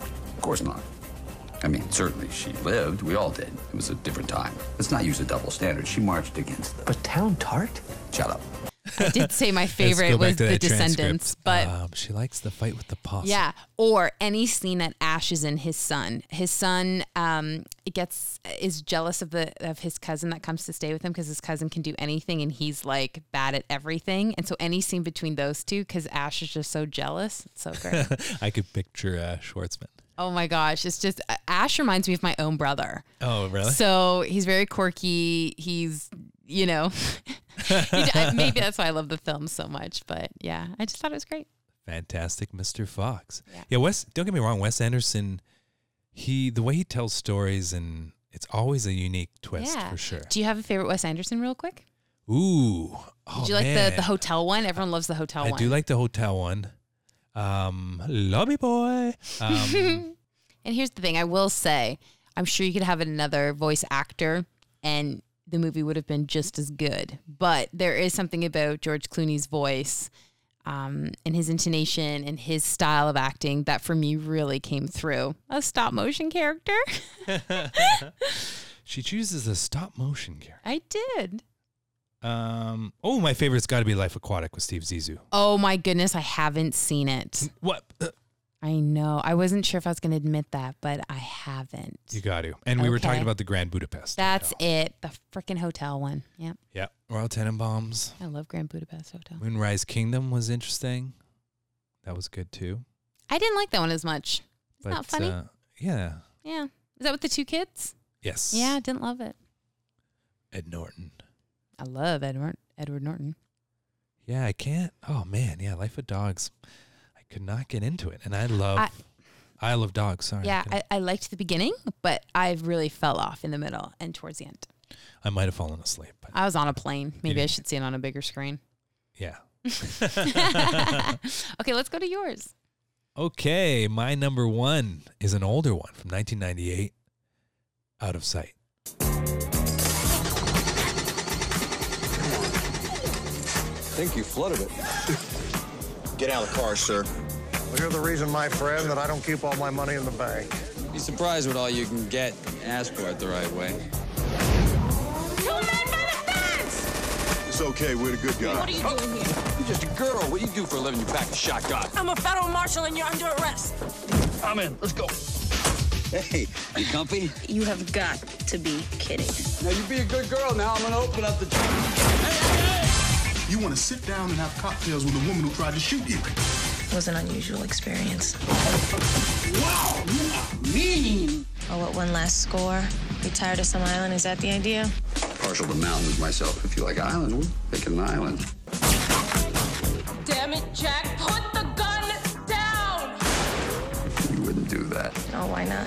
[SPEAKER 5] Of course not. I mean, certainly she lived. We all did. It was a different time. Let's not use a double standard. She marched against the.
[SPEAKER 14] But Town Tart?
[SPEAKER 5] Shut up.
[SPEAKER 2] I did say
[SPEAKER 1] *laughs*
[SPEAKER 2] my favorite was The Descendants, but
[SPEAKER 1] um, she likes the fight with the possum.
[SPEAKER 2] yeah, or any scene that Ash is in his son. His son um, gets is jealous of the of his cousin that comes to stay with him because his cousin can do anything and he's like bad at everything. And so any scene between those two because Ash is just so jealous. It's so
[SPEAKER 1] *laughs*
[SPEAKER 2] great.
[SPEAKER 1] I could picture uh, Schwartzman.
[SPEAKER 2] Oh my gosh, it's just Ash reminds me of my own brother.
[SPEAKER 1] Oh, really?
[SPEAKER 2] So he's very quirky. He's, you know, *laughs* he- maybe that's why I love the film so much. But yeah, I just thought it was great.
[SPEAKER 1] Fantastic Mr. Fox. Yeah. Wes, don't get me wrong, Wes Anderson, he the way he tells stories and it's always a unique twist
[SPEAKER 2] yeah.
[SPEAKER 1] for sure.
[SPEAKER 2] Do you have a favorite Wes Anderson, real quick?
[SPEAKER 1] Ooh.
[SPEAKER 2] Did
[SPEAKER 1] Oh,
[SPEAKER 2] you like
[SPEAKER 1] man.
[SPEAKER 2] the the hotel one? Everyone loves the hotel
[SPEAKER 1] I
[SPEAKER 2] one.
[SPEAKER 1] do like the hotel one. Um, lobby boy. Um,
[SPEAKER 2] and here's the thing: I will say, I'm sure you could have another voice actor, and the movie would have been just as good. But there is something about George Clooney's voice, um, and his intonation, and his style of acting that, for me, really came through. A stop motion character. *laughs*
[SPEAKER 1] she chooses a stop motion character.
[SPEAKER 2] I did.
[SPEAKER 1] Um, oh, my favorite's got to be Life Aquatic with Steve Zissou.
[SPEAKER 2] Oh my goodness, I haven't seen it.
[SPEAKER 1] What? Uh,
[SPEAKER 2] I know. I wasn't sure if I was going to admit that, but I haven't.
[SPEAKER 1] You got to. And we were talking
[SPEAKER 2] Okay.
[SPEAKER 1] about the Grand Budapest.
[SPEAKER 2] That's it. The freaking hotel one. Yep.
[SPEAKER 1] yeah. Royal Tenenbaums.
[SPEAKER 2] I love Grand Budapest Hotel.
[SPEAKER 1] Moonrise Kingdom was interesting. That was good too.
[SPEAKER 2] I didn't like that one as much. It's not funny.
[SPEAKER 1] Uh, yeah.
[SPEAKER 2] yeah. Is that with the two kids?
[SPEAKER 1] Yes.
[SPEAKER 2] Yeah, I didn't love it.
[SPEAKER 1] Ed Norton.
[SPEAKER 2] I love Edward Edward Norton.
[SPEAKER 1] Yeah, I can't. Oh man, yeah, Life of Dogs. I could not get into it, and I love. I,
[SPEAKER 2] I-
[SPEAKER 1] love dogs. Sorry.
[SPEAKER 2] yeah,
[SPEAKER 1] couldn't-
[SPEAKER 2] I, I liked the beginning, but I really fell off in the middle and towards the end.
[SPEAKER 1] I might have fallen asleep. But
[SPEAKER 2] I was on a plane. Maybe I
[SPEAKER 1] didn't-
[SPEAKER 2] should see it on a bigger screen.
[SPEAKER 1] yeah.
[SPEAKER 2] okay, let's go to yours.
[SPEAKER 1] Okay, my number one is an older one from 1998, Out of Sight.
[SPEAKER 15] think you flooded it. Get out of the car, sir.
[SPEAKER 16] Well, you're the reason, my friend, that I don't keep all my money in the bank.
[SPEAKER 15] Be surprised what all you can get. Ask for it the right way. It's okay. We're the good guys.
[SPEAKER 17] What are you doing here?
[SPEAKER 15] You're just a girl. What do you do for a living? You pack a shotgun.
[SPEAKER 17] I'm a federal marshal and you're under arrest.
[SPEAKER 15] I'm in. Let's go. Hey, you comfy?
[SPEAKER 17] You have got to be kidding.
[SPEAKER 15] Now you be a good girl. Now I'm gonna open up the.
[SPEAKER 18] You want to sit down and have cocktails with a woman who tried to shoot you.
[SPEAKER 17] It was an unusual experience.
[SPEAKER 15] Wow, you are mean.
[SPEAKER 17] Oh, what, one last score? You tired of some island? Is that the idea?
[SPEAKER 5] Partial to mountains myself. If you like islands, we're picking an island.
[SPEAKER 17] Damn it, Jack, put the gun down!
[SPEAKER 5] You wouldn't do that
[SPEAKER 17] Oh, why not?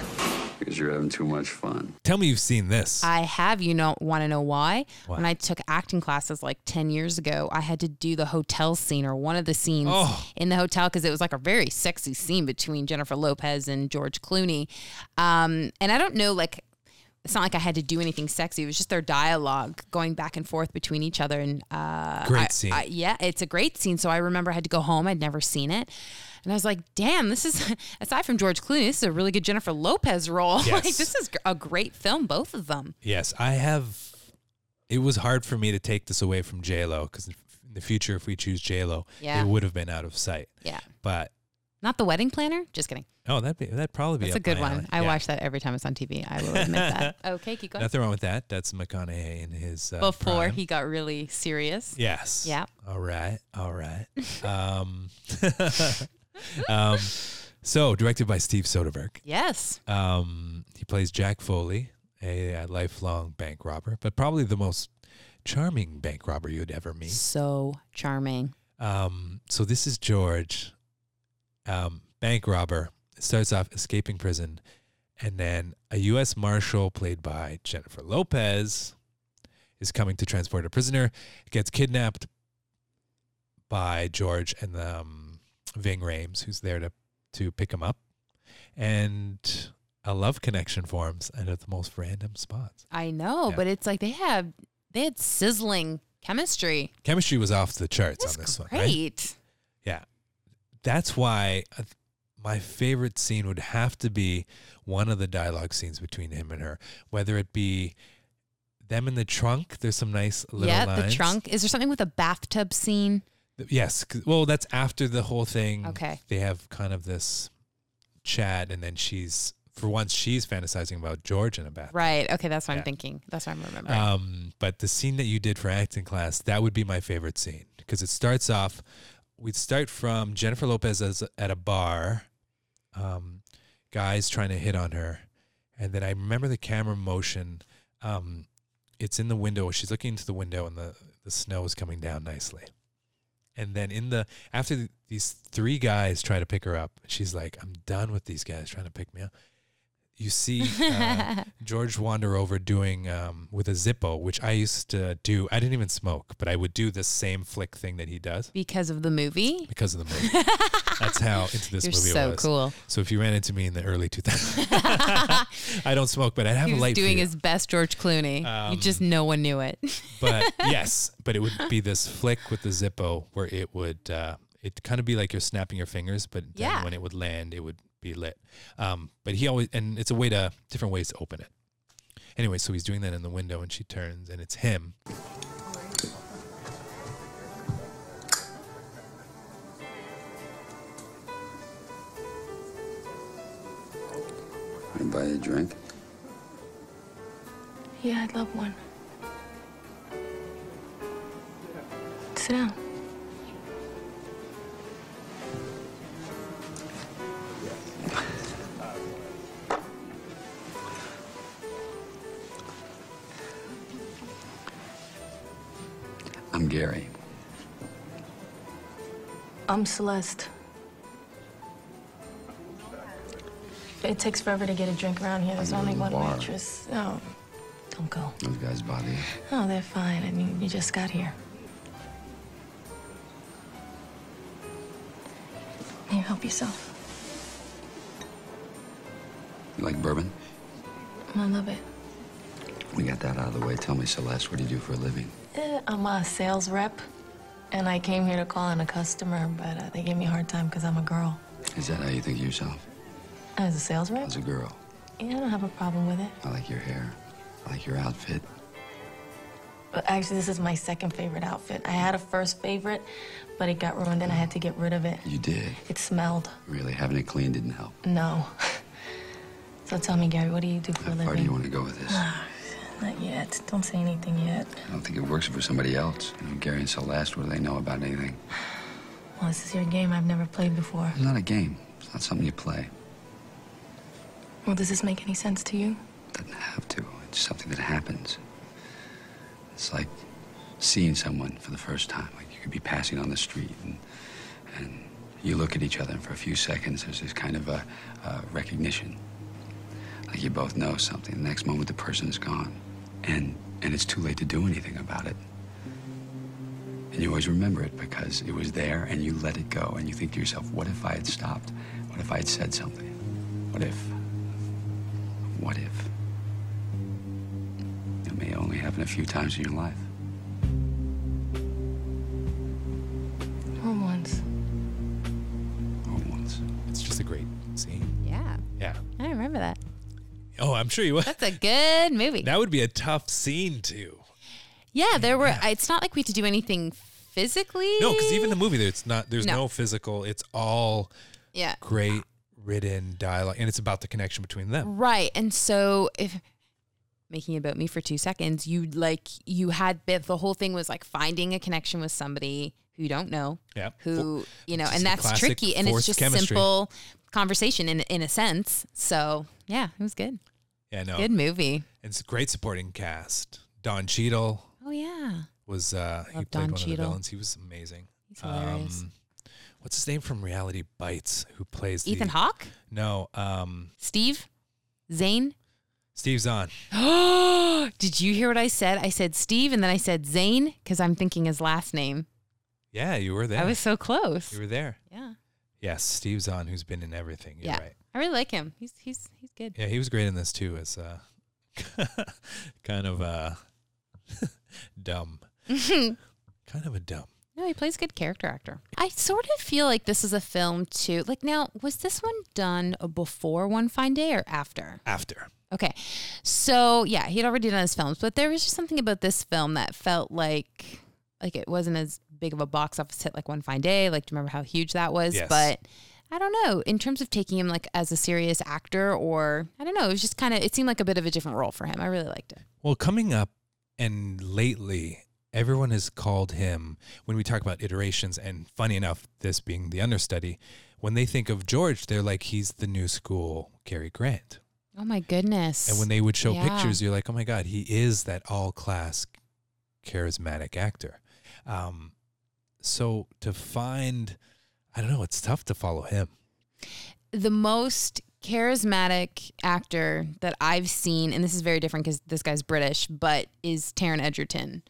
[SPEAKER 5] because you're having too much fun.
[SPEAKER 1] Tell me you've seen this.
[SPEAKER 2] I have. You know, want to know why?
[SPEAKER 1] Why?
[SPEAKER 2] When I took acting classes like 10 years ago, I had to do the hotel scene or one of the scenes
[SPEAKER 1] Oh.
[SPEAKER 2] in the hotel because it was like a very sexy scene between Jennifer Lopez and George Clooney. Um, and I don't know, like, it's not like I had to do anything sexy. It was just their dialogue going back and forth between each other. And uh,
[SPEAKER 1] Great
[SPEAKER 2] I-
[SPEAKER 1] scene.
[SPEAKER 2] I- yeah, it's a great scene. So I remember I had to go home. I'd never seen it. And I was like, damn, this is, *laughs* aside from George Clooney, this is a really good Jennifer Lopez role. *laughs* like,
[SPEAKER 1] Yes.
[SPEAKER 2] this is gr- a great film, both of them.
[SPEAKER 1] Yes, I have. It was hard for me to take this away from J Lo because in the future, if we choose J Lo,
[SPEAKER 2] Yeah.
[SPEAKER 1] it would have been out of sight.
[SPEAKER 2] Yeah.
[SPEAKER 1] But
[SPEAKER 2] Not the wedding planner? Just kidding.
[SPEAKER 1] oh, that'd be that'd probably be
[SPEAKER 2] That's a
[SPEAKER 1] up my
[SPEAKER 2] good one.
[SPEAKER 1] alley.
[SPEAKER 2] I
[SPEAKER 1] Yeah.
[SPEAKER 2] watch that every time it's on TV. I will admit that.
[SPEAKER 1] *laughs*
[SPEAKER 2] Okay, keep going.
[SPEAKER 1] Nothing wrong with that. That's McConaughey in his uh,
[SPEAKER 2] Before
[SPEAKER 1] prime.
[SPEAKER 2] he got really serious.
[SPEAKER 1] Yes.
[SPEAKER 2] Yeah.
[SPEAKER 1] All right. All right. um, *laughs* um, so directed by Steve Soderbergh.
[SPEAKER 2] Yes.
[SPEAKER 1] Um, he plays Jack Foley, a, uh lifelong bank robber, but probably the most charming bank robber you'd ever meet.
[SPEAKER 2] So charming.
[SPEAKER 1] Um, so this is George, um, bank robber. Starts off escaping prison, and then a U.S. marshal played by Jennifer Lopez is coming to transport a prisoner. Gets kidnapped by George and um, Ving Rames, who's there to to pick him up, and a love connection forms, and at the most random spots.
[SPEAKER 2] I know,
[SPEAKER 1] Yeah.
[SPEAKER 2] but it's like they have They had sizzling chemistry.
[SPEAKER 1] Chemistry was off the charts on this one. Right?
[SPEAKER 2] Great.
[SPEAKER 1] Yeah. That's why uh, my favorite scene would have to be one of the dialogue scenes between him and her, whether it be them in the trunk. There's some nice little
[SPEAKER 2] yeah,
[SPEAKER 1] lines.
[SPEAKER 2] the trunk. Is there something with a bathtub scene?
[SPEAKER 1] Yes. 'cause- Well, that's after the whole thing.
[SPEAKER 2] Okay.
[SPEAKER 1] They have kind of this chat, and then she's, for once, she's fantasizing about George in a bath.
[SPEAKER 2] Right. Okay, that's what
[SPEAKER 1] Yeah.
[SPEAKER 2] I'm thinking. That's what I'm remembering.
[SPEAKER 1] Um, but the scene that you did for acting class, that would be my favorite scene because it starts off. We'd start from Jennifer Lopez as, at a bar, um, guys trying to hit on her, and then I remember the camera motion. Um, it's in the window. She's looking into the window, and the the snow is coming down nicely. And then in the after th- these three guys try to pick her up, she's like, "I'm done with these guys trying to pick me up." You
[SPEAKER 2] *laughs*
[SPEAKER 1] see uh, George wander over doing um, with a Zippo, which I used to do. I didn't even smoke, but I would do the same flick thing that he does
[SPEAKER 2] because of the movie.
[SPEAKER 1] because of the movie.
[SPEAKER 2] *laughs*
[SPEAKER 1] That's how into this
[SPEAKER 2] You're
[SPEAKER 1] movie
[SPEAKER 2] so
[SPEAKER 1] was.
[SPEAKER 2] cool.
[SPEAKER 1] So if you ran into me in the early
[SPEAKER 2] *laughs*
[SPEAKER 1] 2000s, *laughs* I don't smoke, but I'd have
[SPEAKER 2] he
[SPEAKER 1] a
[SPEAKER 2] was
[SPEAKER 1] light. for
[SPEAKER 2] doing
[SPEAKER 1] you.
[SPEAKER 2] his best George Clooney. you just
[SPEAKER 1] Um,
[SPEAKER 2] no one knew it. *laughs*
[SPEAKER 1] but yes, but it would be this flick with the Zippo where it would uh, it kind of be like you're snapping your fingers, but then
[SPEAKER 2] Yeah.
[SPEAKER 1] when it would land, it would be lit. Um, but he always and it's a way to different ways to open it. Anyway, so he's doing that in the window, and she turns, and it's him.
[SPEAKER 5] I buy you a drink.
[SPEAKER 17] Yeah, I'd love one. Sit down.
[SPEAKER 5] I'm Gary.
[SPEAKER 17] I'm Celeste. It takes forever to get a drink around here. There's
[SPEAKER 5] I'm
[SPEAKER 17] only
[SPEAKER 5] in the
[SPEAKER 17] one
[SPEAKER 5] bar.
[SPEAKER 17] waitress. No, don't go.
[SPEAKER 5] Those guys bother you.
[SPEAKER 17] Oh, they're fine. I mean, you just got here. Here, help yourself.
[SPEAKER 5] You like bourbon?
[SPEAKER 17] I love it.
[SPEAKER 5] We got that out of the way. Tell me, Celeste, what do you do for a living?
[SPEAKER 17] Eh, I'm a sales rep, and I came here to call in a customer, but uh, they gave me a hard time because I'm a girl.
[SPEAKER 5] Is that how you think of yourself?
[SPEAKER 17] As a sales rep,
[SPEAKER 5] As a girl.
[SPEAKER 17] yeah, I don't have a problem with it.
[SPEAKER 5] I like your hair. I like your outfit.
[SPEAKER 17] But actually, this is my second favorite outfit. I had a first favorite, but it got ruined, and I had to get rid of it.
[SPEAKER 5] You did.
[SPEAKER 17] It smelled.
[SPEAKER 5] Really, having it clean didn't help.
[SPEAKER 17] No. *laughs* so tell me, Gary, what do you do for a
[SPEAKER 5] How far do
[SPEAKER 17] living?
[SPEAKER 5] you
[SPEAKER 17] Ah,
[SPEAKER 5] want to go with this?
[SPEAKER 17] Not yet. Don't say anything yet.
[SPEAKER 5] I don't think it works for somebody else. You know, Gary and Celeste, what do they know about anything?
[SPEAKER 17] Well, this is your game I've never played before.
[SPEAKER 5] It's not a game. It's not something you play.
[SPEAKER 17] Well, does this make any sense to you?
[SPEAKER 5] have to. It's something that happens. It's like seeing someone for the first time. Like you could be passing on the street and and you look at each other and for a few seconds there's this kind of a, a recognition. Like you both know something. The next moment the person is gone. And and it's too late to do anything about it. And you always remember it because it was there and you let it go and you think to yourself, what if I had stopped? What if I had said something? What if? What if? It may only happen a few times in your life.
[SPEAKER 17] Or once.
[SPEAKER 5] Or once.
[SPEAKER 1] It's just a great scene.
[SPEAKER 2] Yeah,
[SPEAKER 1] Yeah.
[SPEAKER 2] I remember that.
[SPEAKER 1] Oh, I'm sure you would.
[SPEAKER 2] That's a good movie.
[SPEAKER 1] That would be a tough scene too.
[SPEAKER 2] yeah, there were. It's not like we had to do anything physically.
[SPEAKER 1] No, because even the movie, there's not. There's
[SPEAKER 2] No.
[SPEAKER 1] no physical. It's all
[SPEAKER 2] yeah.
[SPEAKER 1] great written dialogue, and it's about the connection between them.
[SPEAKER 2] Right. And so if making it about me for two seconds, you like you had bit the whole thing was like finding a connection with somebody who you don't know.
[SPEAKER 1] Yeah.
[SPEAKER 2] Who you know,
[SPEAKER 1] Just
[SPEAKER 2] and
[SPEAKER 1] the
[SPEAKER 2] that's
[SPEAKER 1] classic
[SPEAKER 2] tricky and it's
[SPEAKER 1] forced
[SPEAKER 2] just
[SPEAKER 1] chemistry.
[SPEAKER 2] simple conversation in in a sense. So yeah, it was good.
[SPEAKER 1] Yeah, no.
[SPEAKER 2] Good movie.
[SPEAKER 1] It's a great supporting cast. Don Cheadle
[SPEAKER 2] Oh yeah.
[SPEAKER 1] was uh he played
[SPEAKER 2] Love Don
[SPEAKER 1] one of the
[SPEAKER 2] Cheadle.
[SPEAKER 1] villains. He was amazing. Um,
[SPEAKER 2] He's hilarious.
[SPEAKER 1] what's his name from Reality Bites who plays
[SPEAKER 2] Ethan
[SPEAKER 1] the,
[SPEAKER 2] Hawke?
[SPEAKER 1] No, um
[SPEAKER 2] Steve? Zane? *gasps*
[SPEAKER 1] Steve Zahn.
[SPEAKER 2] Oh, did you hear what I said? I said Steve and then I said Zane because I'm thinking his last name.
[SPEAKER 1] Yeah, you were there.
[SPEAKER 2] I was so close.
[SPEAKER 1] you were there.
[SPEAKER 2] Yeah.
[SPEAKER 1] Yes, Steve Zahn who's been in everything. You're
[SPEAKER 2] yeah.
[SPEAKER 1] right.
[SPEAKER 2] I really like him. He's he's he's good.
[SPEAKER 1] *laughs* Yeah, he was great in this too as uh kind of uh *laughs*
[SPEAKER 2] *laughs*
[SPEAKER 1] dumb. kind of a dumb.
[SPEAKER 2] No, he plays good character actor. I sort of feel like this is a film too. Like now, was this one done before One Fine Day or after?
[SPEAKER 1] After.
[SPEAKER 2] Okay. So yeah, he'd already done his films, but there was just something about this film that felt like like it wasn't as big of a box office hit like One Fine Day. Like, do you remember how huge that was?
[SPEAKER 1] Yes.
[SPEAKER 2] But I don't know. In terms of taking him like as a serious actor, or I don't know, it was just kind of it seemed like a bit of a different role for him. I really liked it.
[SPEAKER 1] Well, coming up and lately, everyone has called him when we talk about iterations. And funny enough, this being the understudy, when they think of George, they're like he's the new school Cary Grant.
[SPEAKER 2] Oh my goodness!
[SPEAKER 1] And when they would show
[SPEAKER 2] Yeah.
[SPEAKER 1] pictures, you're like, oh my God, he is that all class charismatic actor. Um, so to find, I don't know, it's tough to follow him.
[SPEAKER 2] the most charismatic actor that I've seen, and this is very different because this guy's British, but is Taron Edgerton.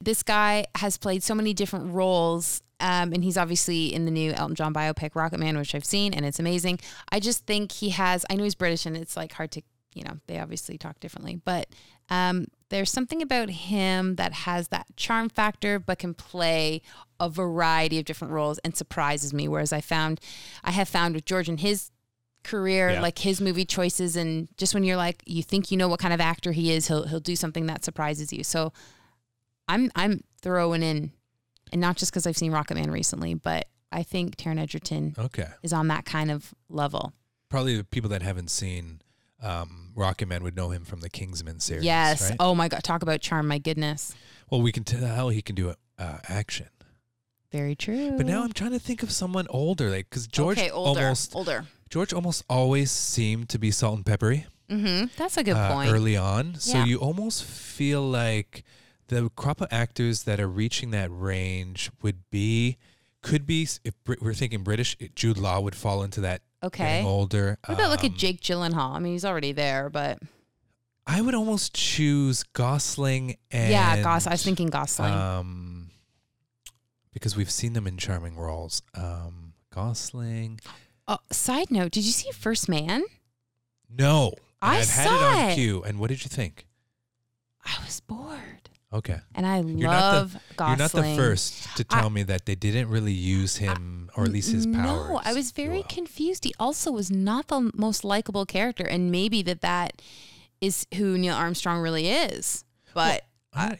[SPEAKER 2] This guy has played so many different roles, um, and he's obviously in the new Elton John biopic Rocket Man, which I've seen, and it's amazing. I just think he has. I know he's British, and it's like hard to, you know, they obviously talk differently, but um, there's something about him that has that charm factor, but can play a variety of different roles and surprises me. Whereas I found, I have found with George and his career,
[SPEAKER 19] Yeah.
[SPEAKER 2] like his movie choices, and just when you're like, you think you know what kind of actor he is, he'll he'll do something that surprises you. So, I'm I'm throwing in, and not just because I've seen Rocket Man recently, but I think Taron Edgerton
[SPEAKER 1] Okay.
[SPEAKER 2] is on that kind of level.
[SPEAKER 1] Probably the people that haven't seen um, Rocket Man would know him from the Kingsman series.
[SPEAKER 2] yes.
[SPEAKER 1] right?
[SPEAKER 2] Oh my God. Talk about charm. My goodness.
[SPEAKER 1] Well, we can tell he can do uh, action.
[SPEAKER 2] Very true.
[SPEAKER 1] But now I'm trying to think of someone older, like because George
[SPEAKER 2] Mm. okay, older,
[SPEAKER 1] almost
[SPEAKER 2] older.
[SPEAKER 1] George almost always seemed to be salt and peppery.
[SPEAKER 2] Mm-hmm. That's a good
[SPEAKER 1] uh,
[SPEAKER 2] point.
[SPEAKER 1] Early on, so
[SPEAKER 2] Yeah.
[SPEAKER 1] you almost feel like the crop of actors that are reaching that range would be could be if Brit- we're thinking British, Jude Law would fall into that.
[SPEAKER 2] Okay.
[SPEAKER 1] getting older.
[SPEAKER 2] What about look
[SPEAKER 1] Um,
[SPEAKER 2] at Jake Gyllenhaal? I mean, he's already there, but
[SPEAKER 1] I would almost choose Gosling and
[SPEAKER 2] yeah, Gos. I was thinking Gosling.
[SPEAKER 1] Um, because we've seen them in charming roles. Um, Gosling.
[SPEAKER 2] oh, side note: Did you see First Man?
[SPEAKER 1] No,
[SPEAKER 2] I
[SPEAKER 1] have had
[SPEAKER 2] saw
[SPEAKER 1] it on
[SPEAKER 2] it.
[SPEAKER 1] cue. And what did you think?
[SPEAKER 2] I was bored,
[SPEAKER 1] Okay.
[SPEAKER 2] and I
[SPEAKER 1] You're
[SPEAKER 2] love
[SPEAKER 1] not the,
[SPEAKER 2] Gosling.
[SPEAKER 1] You're not the first to
[SPEAKER 2] I-
[SPEAKER 1] tell me that they didn't really use him or at least his power.
[SPEAKER 2] Mm, No, I was very confused. He also was not the most likable character, and maybe that that is who Neil Armstrong really is. But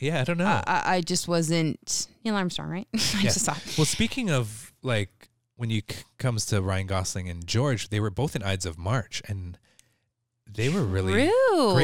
[SPEAKER 1] yeah, I don't know.
[SPEAKER 2] I, I, I just wasn't Neil Armstrong, right? *laughs* I
[SPEAKER 1] Yeah.
[SPEAKER 2] just saw.
[SPEAKER 1] Well, speaking of like when you c- comes to Ryan Gosling and George, they were both in Ides of March and they were really great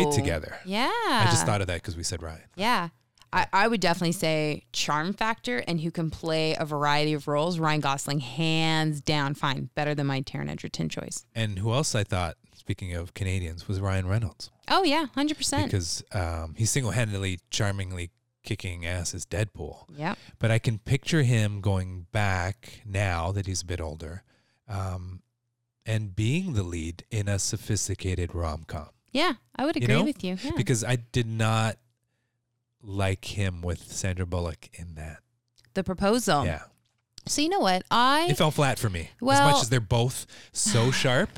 [SPEAKER 2] True.
[SPEAKER 1] together.
[SPEAKER 2] Yeah.
[SPEAKER 1] I just thought of that because we said Ryan.
[SPEAKER 2] Yeah. I, I would definitely say charm factor and who can play a variety of roles. Ryan Gosling, hands down, fine. Better than my Taron Edgerton choice.
[SPEAKER 1] And who else I thought, speaking of Canadians, was Ryan Reynolds
[SPEAKER 2] Oh, yeah, 100%.
[SPEAKER 1] because um, he's single handedly, charmingly kicking ass as Deadpool.
[SPEAKER 2] yeah.
[SPEAKER 1] But I can picture him going back now that he's a bit older um, and being the lead in a sophisticated rom com.
[SPEAKER 2] Yeah, I would
[SPEAKER 1] You
[SPEAKER 2] agree
[SPEAKER 1] know?
[SPEAKER 2] with you. Yeah.
[SPEAKER 1] Because I did not like him with Sandra Bullock in that.
[SPEAKER 2] the proposal.
[SPEAKER 1] yeah.
[SPEAKER 2] So, you know what? I.
[SPEAKER 1] It fell flat for me. as
[SPEAKER 2] Well-
[SPEAKER 1] much as they're both
[SPEAKER 2] *sighs*
[SPEAKER 1] so sharp,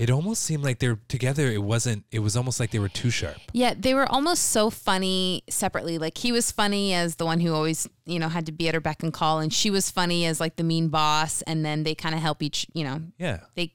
[SPEAKER 1] it almost seemed like they're together. It wasn't, it was almost like they were too sharp.
[SPEAKER 2] Yeah, they were almost so funny separately. Like he was funny as the one who always, you know, had to be at her beck and call, and she was funny as like the mean boss. And then they kind of help each, you know,
[SPEAKER 1] Yeah.
[SPEAKER 2] they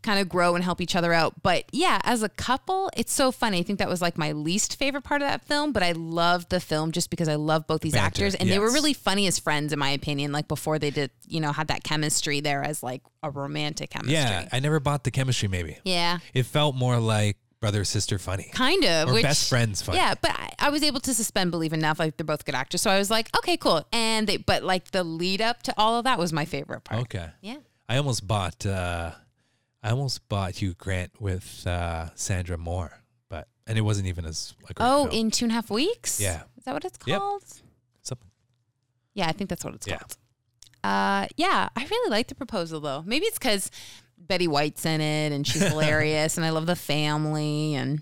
[SPEAKER 2] kind of grow and help each other out. But yeah, as a couple, it's so funny. I think that was like my least favorite part of that film, but I loved the film just because I love both these
[SPEAKER 19] Banter,
[SPEAKER 2] actors, and they were
[SPEAKER 19] yes.
[SPEAKER 2] really funny as friends, in my opinion. Like before they did, you know, had that chemistry there as like a romantic chemistry.
[SPEAKER 1] Yeah. I never bought the chemistry, maybe.
[SPEAKER 2] Yeah.
[SPEAKER 1] It felt more like brother sister funny.
[SPEAKER 2] kind of
[SPEAKER 1] Or
[SPEAKER 2] which,
[SPEAKER 1] best friends funny.
[SPEAKER 2] yeah but I, I was able to suspend belief enough like they're both good actors so i was like okay cool and they but like the lead up to all of that was my favorite part
[SPEAKER 1] Okay.
[SPEAKER 2] Yeah.
[SPEAKER 1] I almost bought uh I almost bought Hugh Grant with uh Sandra Moore, but and it wasn't even as a great
[SPEAKER 2] oh
[SPEAKER 1] film.
[SPEAKER 2] in two and a half weeks
[SPEAKER 1] Yeah.
[SPEAKER 2] is that what it's
[SPEAKER 1] Yep.
[SPEAKER 2] called
[SPEAKER 1] Something.
[SPEAKER 2] yeah i think that's what it's
[SPEAKER 1] Yeah.
[SPEAKER 2] called uh yeah i really like the proposal though maybe it's because betty white's in it
[SPEAKER 1] *laughs*
[SPEAKER 2] and she's hilarious and i love the family and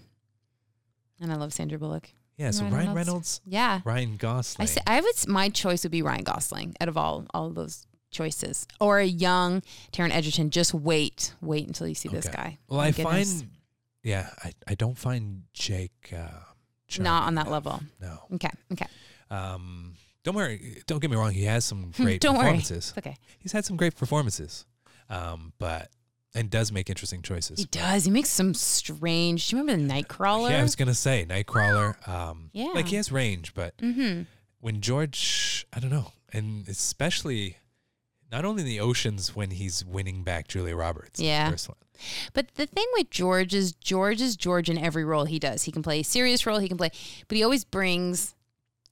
[SPEAKER 2] and i love sandra bullock
[SPEAKER 1] Yeah,
[SPEAKER 2] And
[SPEAKER 1] so Ryan Reynolds,
[SPEAKER 2] yeah
[SPEAKER 1] Ryan Gosling.
[SPEAKER 2] I say I would s- my choice would be Ryan Gosling out of all all of those choices or a young Taron Edgerton. Just wait, wait until you see this
[SPEAKER 1] Okay.
[SPEAKER 2] guy.
[SPEAKER 1] Well,
[SPEAKER 2] My
[SPEAKER 1] I
[SPEAKER 2] goodness.
[SPEAKER 1] find yeah, I, I don't find Jake uh, charming
[SPEAKER 2] not on that
[SPEAKER 1] enough.
[SPEAKER 2] level.
[SPEAKER 1] No.
[SPEAKER 2] Okay. *laughs* Okay.
[SPEAKER 1] Um, don't worry. Don't get me wrong. He has some great
[SPEAKER 2] *laughs* Don't worry.
[SPEAKER 1] performances.
[SPEAKER 2] It's okay.
[SPEAKER 1] He's had some great performances, um, but and does make interesting choices.
[SPEAKER 2] He does. He makes some strange. Do you remember the Nightcrawler?
[SPEAKER 1] Yeah, I was gonna say Nightcrawler. Um,
[SPEAKER 2] Yeah.
[SPEAKER 1] like he has range, but
[SPEAKER 2] Mm-hmm.
[SPEAKER 1] when George, I don't know, and especially not only in the oceans when he's winning back Julia Roberts. in the
[SPEAKER 2] Yeah.
[SPEAKER 1] first one.
[SPEAKER 2] But the thing with George is George is George in every role he does. He can play a serious role, he can play, but he always brings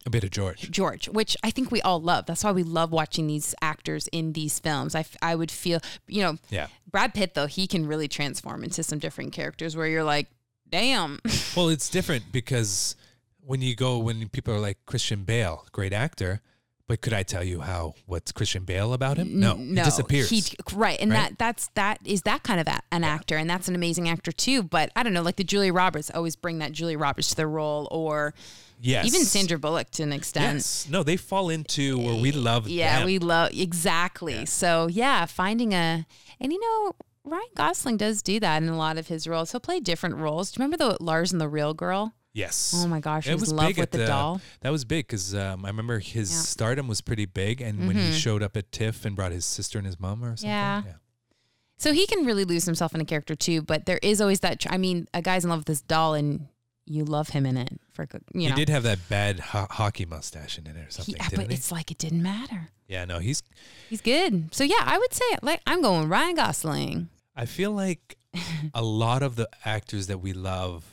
[SPEAKER 1] a bit of George.
[SPEAKER 2] George, which I think we all love. That's why we love watching these actors in these films. I, f- I would feel, you know,
[SPEAKER 1] Yeah.
[SPEAKER 2] Brad Pitt, though, he can really transform into some different characters where you're like, damn. *laughs*
[SPEAKER 1] Well, it's different because when you go when people are like Christian Bale, great actor, but could I tell you how what's Christian Bale about him? No,
[SPEAKER 2] N- no,
[SPEAKER 1] he disappears.
[SPEAKER 2] He, right, and
[SPEAKER 1] right?
[SPEAKER 2] that that's that is that kind of a, an actor, and that's an amazing actor too. But I don't know, like the Julia Roberts, always bring that Julia Roberts to their role, or
[SPEAKER 1] Yes.
[SPEAKER 2] even Sandra Bullock to an extent.
[SPEAKER 1] Yes. No, they fall into where we love.
[SPEAKER 2] Yeah,
[SPEAKER 1] them.
[SPEAKER 2] we Oh love exactly. So yeah, finding a and you know Ryan Gosling does do that in a lot of his roles. He'll play different roles. Do you remember the Lars and the Real Girl?
[SPEAKER 1] Yes.
[SPEAKER 2] Oh my gosh,
[SPEAKER 1] It
[SPEAKER 2] he was in love
[SPEAKER 1] big
[SPEAKER 2] with
[SPEAKER 1] at
[SPEAKER 2] the doll.
[SPEAKER 1] That was big because um, I remember his
[SPEAKER 2] Yeah.
[SPEAKER 1] stardom was pretty big, and when he
[SPEAKER 2] Mhm.
[SPEAKER 1] showed up at TIFF and brought his sister and his mom or something.
[SPEAKER 2] Yeah. So he can really lose himself in a character too. But there is always that. tr- I mean, a guy's in love with this doll, and you love him in it for good- you know.
[SPEAKER 1] He did have that bad ho- hockey mustache in it or
[SPEAKER 2] He-
[SPEAKER 1] something,
[SPEAKER 2] uh,
[SPEAKER 1] didn't
[SPEAKER 2] but
[SPEAKER 1] he?
[SPEAKER 2] it's like it didn't matter.
[SPEAKER 1] yeah, no, he's.
[SPEAKER 2] He's good. So yeah, I would say like I'm going Ryan Gosling.
[SPEAKER 1] I feel
[SPEAKER 2] *laughs*
[SPEAKER 1] like a lot of the actors that we love,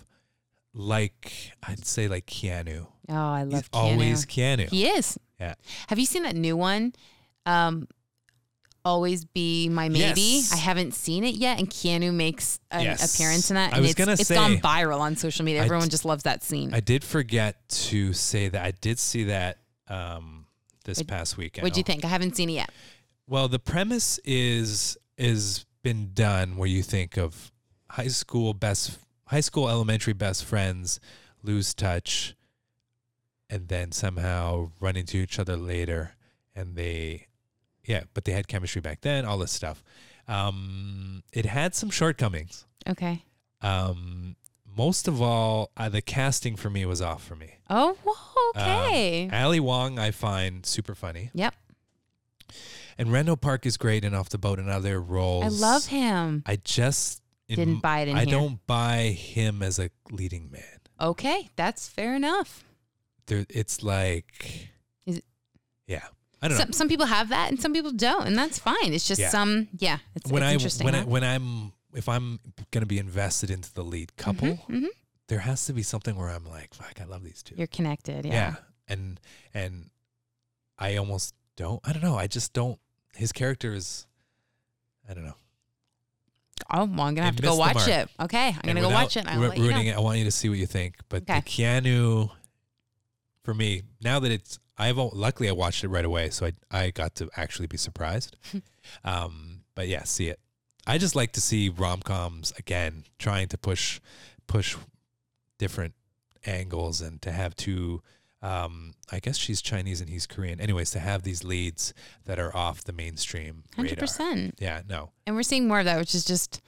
[SPEAKER 1] like I'd say like Keanu.
[SPEAKER 2] Oh, I love
[SPEAKER 1] He's
[SPEAKER 2] Keanu.
[SPEAKER 1] always Keanu.
[SPEAKER 2] He is.
[SPEAKER 1] Yeah.
[SPEAKER 2] Have you seen that new one? Um, Always be my maybe.
[SPEAKER 1] Yes.
[SPEAKER 2] I haven't seen it yet, and Keanu makes an
[SPEAKER 1] Yes.
[SPEAKER 2] appearance in that.
[SPEAKER 1] I
[SPEAKER 2] and
[SPEAKER 1] was
[SPEAKER 2] it's,
[SPEAKER 1] gonna
[SPEAKER 2] it's
[SPEAKER 1] say-
[SPEAKER 2] gone viral on social media.
[SPEAKER 1] I
[SPEAKER 2] Everyone
[SPEAKER 1] d-
[SPEAKER 2] just loves that scene.
[SPEAKER 1] I did forget to say that I did see that um, this
[SPEAKER 2] Would-
[SPEAKER 1] past weekend.
[SPEAKER 2] What'd you think? I haven't seen it yet.
[SPEAKER 1] Well, the premise is is been done where you think of high school best high school elementary best friends lose touch and then somehow run into each other later and they yeah, but they had chemistry back then, all this stuff. Um it had some shortcomings.
[SPEAKER 2] Okay.
[SPEAKER 1] Um most of all, uh, the casting for me was off for me.
[SPEAKER 2] Oh, whoa,
[SPEAKER 1] Um,
[SPEAKER 2] okay.
[SPEAKER 1] Ali Wong I find super funny.
[SPEAKER 2] yep.
[SPEAKER 1] And Randall Park is great in Off the Boat and other roles.
[SPEAKER 2] I love him.
[SPEAKER 1] I just in-
[SPEAKER 2] Didn't buy it in
[SPEAKER 1] I
[SPEAKER 2] here.
[SPEAKER 1] don't buy him as a leading man.
[SPEAKER 2] Okay, that's fair enough.
[SPEAKER 1] There, it's like,
[SPEAKER 2] Is it-
[SPEAKER 1] yeah, I don't
[SPEAKER 2] Some,
[SPEAKER 1] know.
[SPEAKER 2] some people have that, and some people don't, and that's fine. It's just
[SPEAKER 1] Yeah.
[SPEAKER 2] some, yeah. It's,
[SPEAKER 1] when
[SPEAKER 2] it's
[SPEAKER 1] I
[SPEAKER 2] interesting.
[SPEAKER 1] when I
[SPEAKER 2] huh?
[SPEAKER 1] when I'm if I'm gonna be invested into the lead couple,
[SPEAKER 2] mhm.
[SPEAKER 1] there has to be something where I'm like, fuck, I love these two.
[SPEAKER 2] You're connected. Yeah.
[SPEAKER 1] and and I almost don't. I don't know. I just don't. His character is, I don't know.
[SPEAKER 2] Oh, well, I'm gonna have
[SPEAKER 1] It
[SPEAKER 2] to go
[SPEAKER 1] missed the
[SPEAKER 2] watch
[SPEAKER 1] mark.
[SPEAKER 2] it. Okay, I'm gonna
[SPEAKER 1] And
[SPEAKER 2] go
[SPEAKER 1] without
[SPEAKER 2] watch it. and I'll
[SPEAKER 1] ru-
[SPEAKER 2] let you know.
[SPEAKER 1] ruining it, I want you to see what you think. But the
[SPEAKER 2] Okay.
[SPEAKER 1] Keanu, for me, now that it's, I've al- luckily I watched it right away, so I I got to actually be
[SPEAKER 2] *laughs*
[SPEAKER 1] surprised. um, but yeah, see it. I just like to see rom coms again, trying to push push different angles and to have two. Um, I guess she's Chinese and he's Korean. Anyways, to have these leads that are off the mainstream.
[SPEAKER 2] Hundred
[SPEAKER 1] radar.
[SPEAKER 2] percent.
[SPEAKER 1] Yeah, no,
[SPEAKER 2] And we're seeing more of that, which is just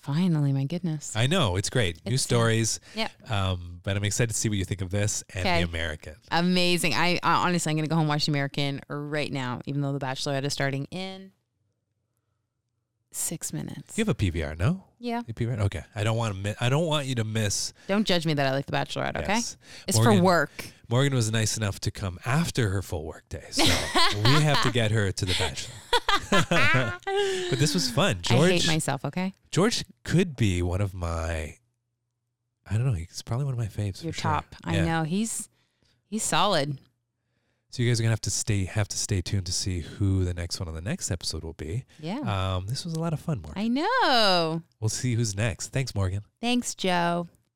[SPEAKER 2] finally, my goodness.
[SPEAKER 1] I know it's great. New
[SPEAKER 2] It's-
[SPEAKER 1] stories.
[SPEAKER 2] Yeah.
[SPEAKER 1] Um, but I'm excited to see what you think of this and
[SPEAKER 2] Okay.
[SPEAKER 1] The American.
[SPEAKER 2] Amazing. I, I honestly, I'm gonna go home and watch The American right now, even though The Bachelorette is starting in six minutes.
[SPEAKER 1] You have a PVR, no?
[SPEAKER 2] Yeah.
[SPEAKER 1] A PVR? Okay. I don't want to. Mi- I don't want you to miss.
[SPEAKER 2] Don't judge me that I like The Bachelorette. Okay,
[SPEAKER 1] Yes.
[SPEAKER 2] it's
[SPEAKER 1] Morgan-
[SPEAKER 2] for work.
[SPEAKER 1] Morgan was nice enough to come after her full work day, so we have to get her to the bachelor. *laughs* but this was fun. George
[SPEAKER 2] I hate myself. Okay,
[SPEAKER 1] George could be one of my. I don't know. He's probably one of my faves.
[SPEAKER 2] you're
[SPEAKER 1] for sure.
[SPEAKER 2] top. I
[SPEAKER 1] Yeah.
[SPEAKER 2] know he's he's solid.
[SPEAKER 1] So you guys are gonna have to stay have to stay tuned to see who the next one on the next episode will be.
[SPEAKER 2] Yeah.
[SPEAKER 1] Um, this was a lot of fun, Morgan.
[SPEAKER 2] I know.
[SPEAKER 1] We'll see who's next. Thanks, Morgan.
[SPEAKER 2] Thanks, Joe.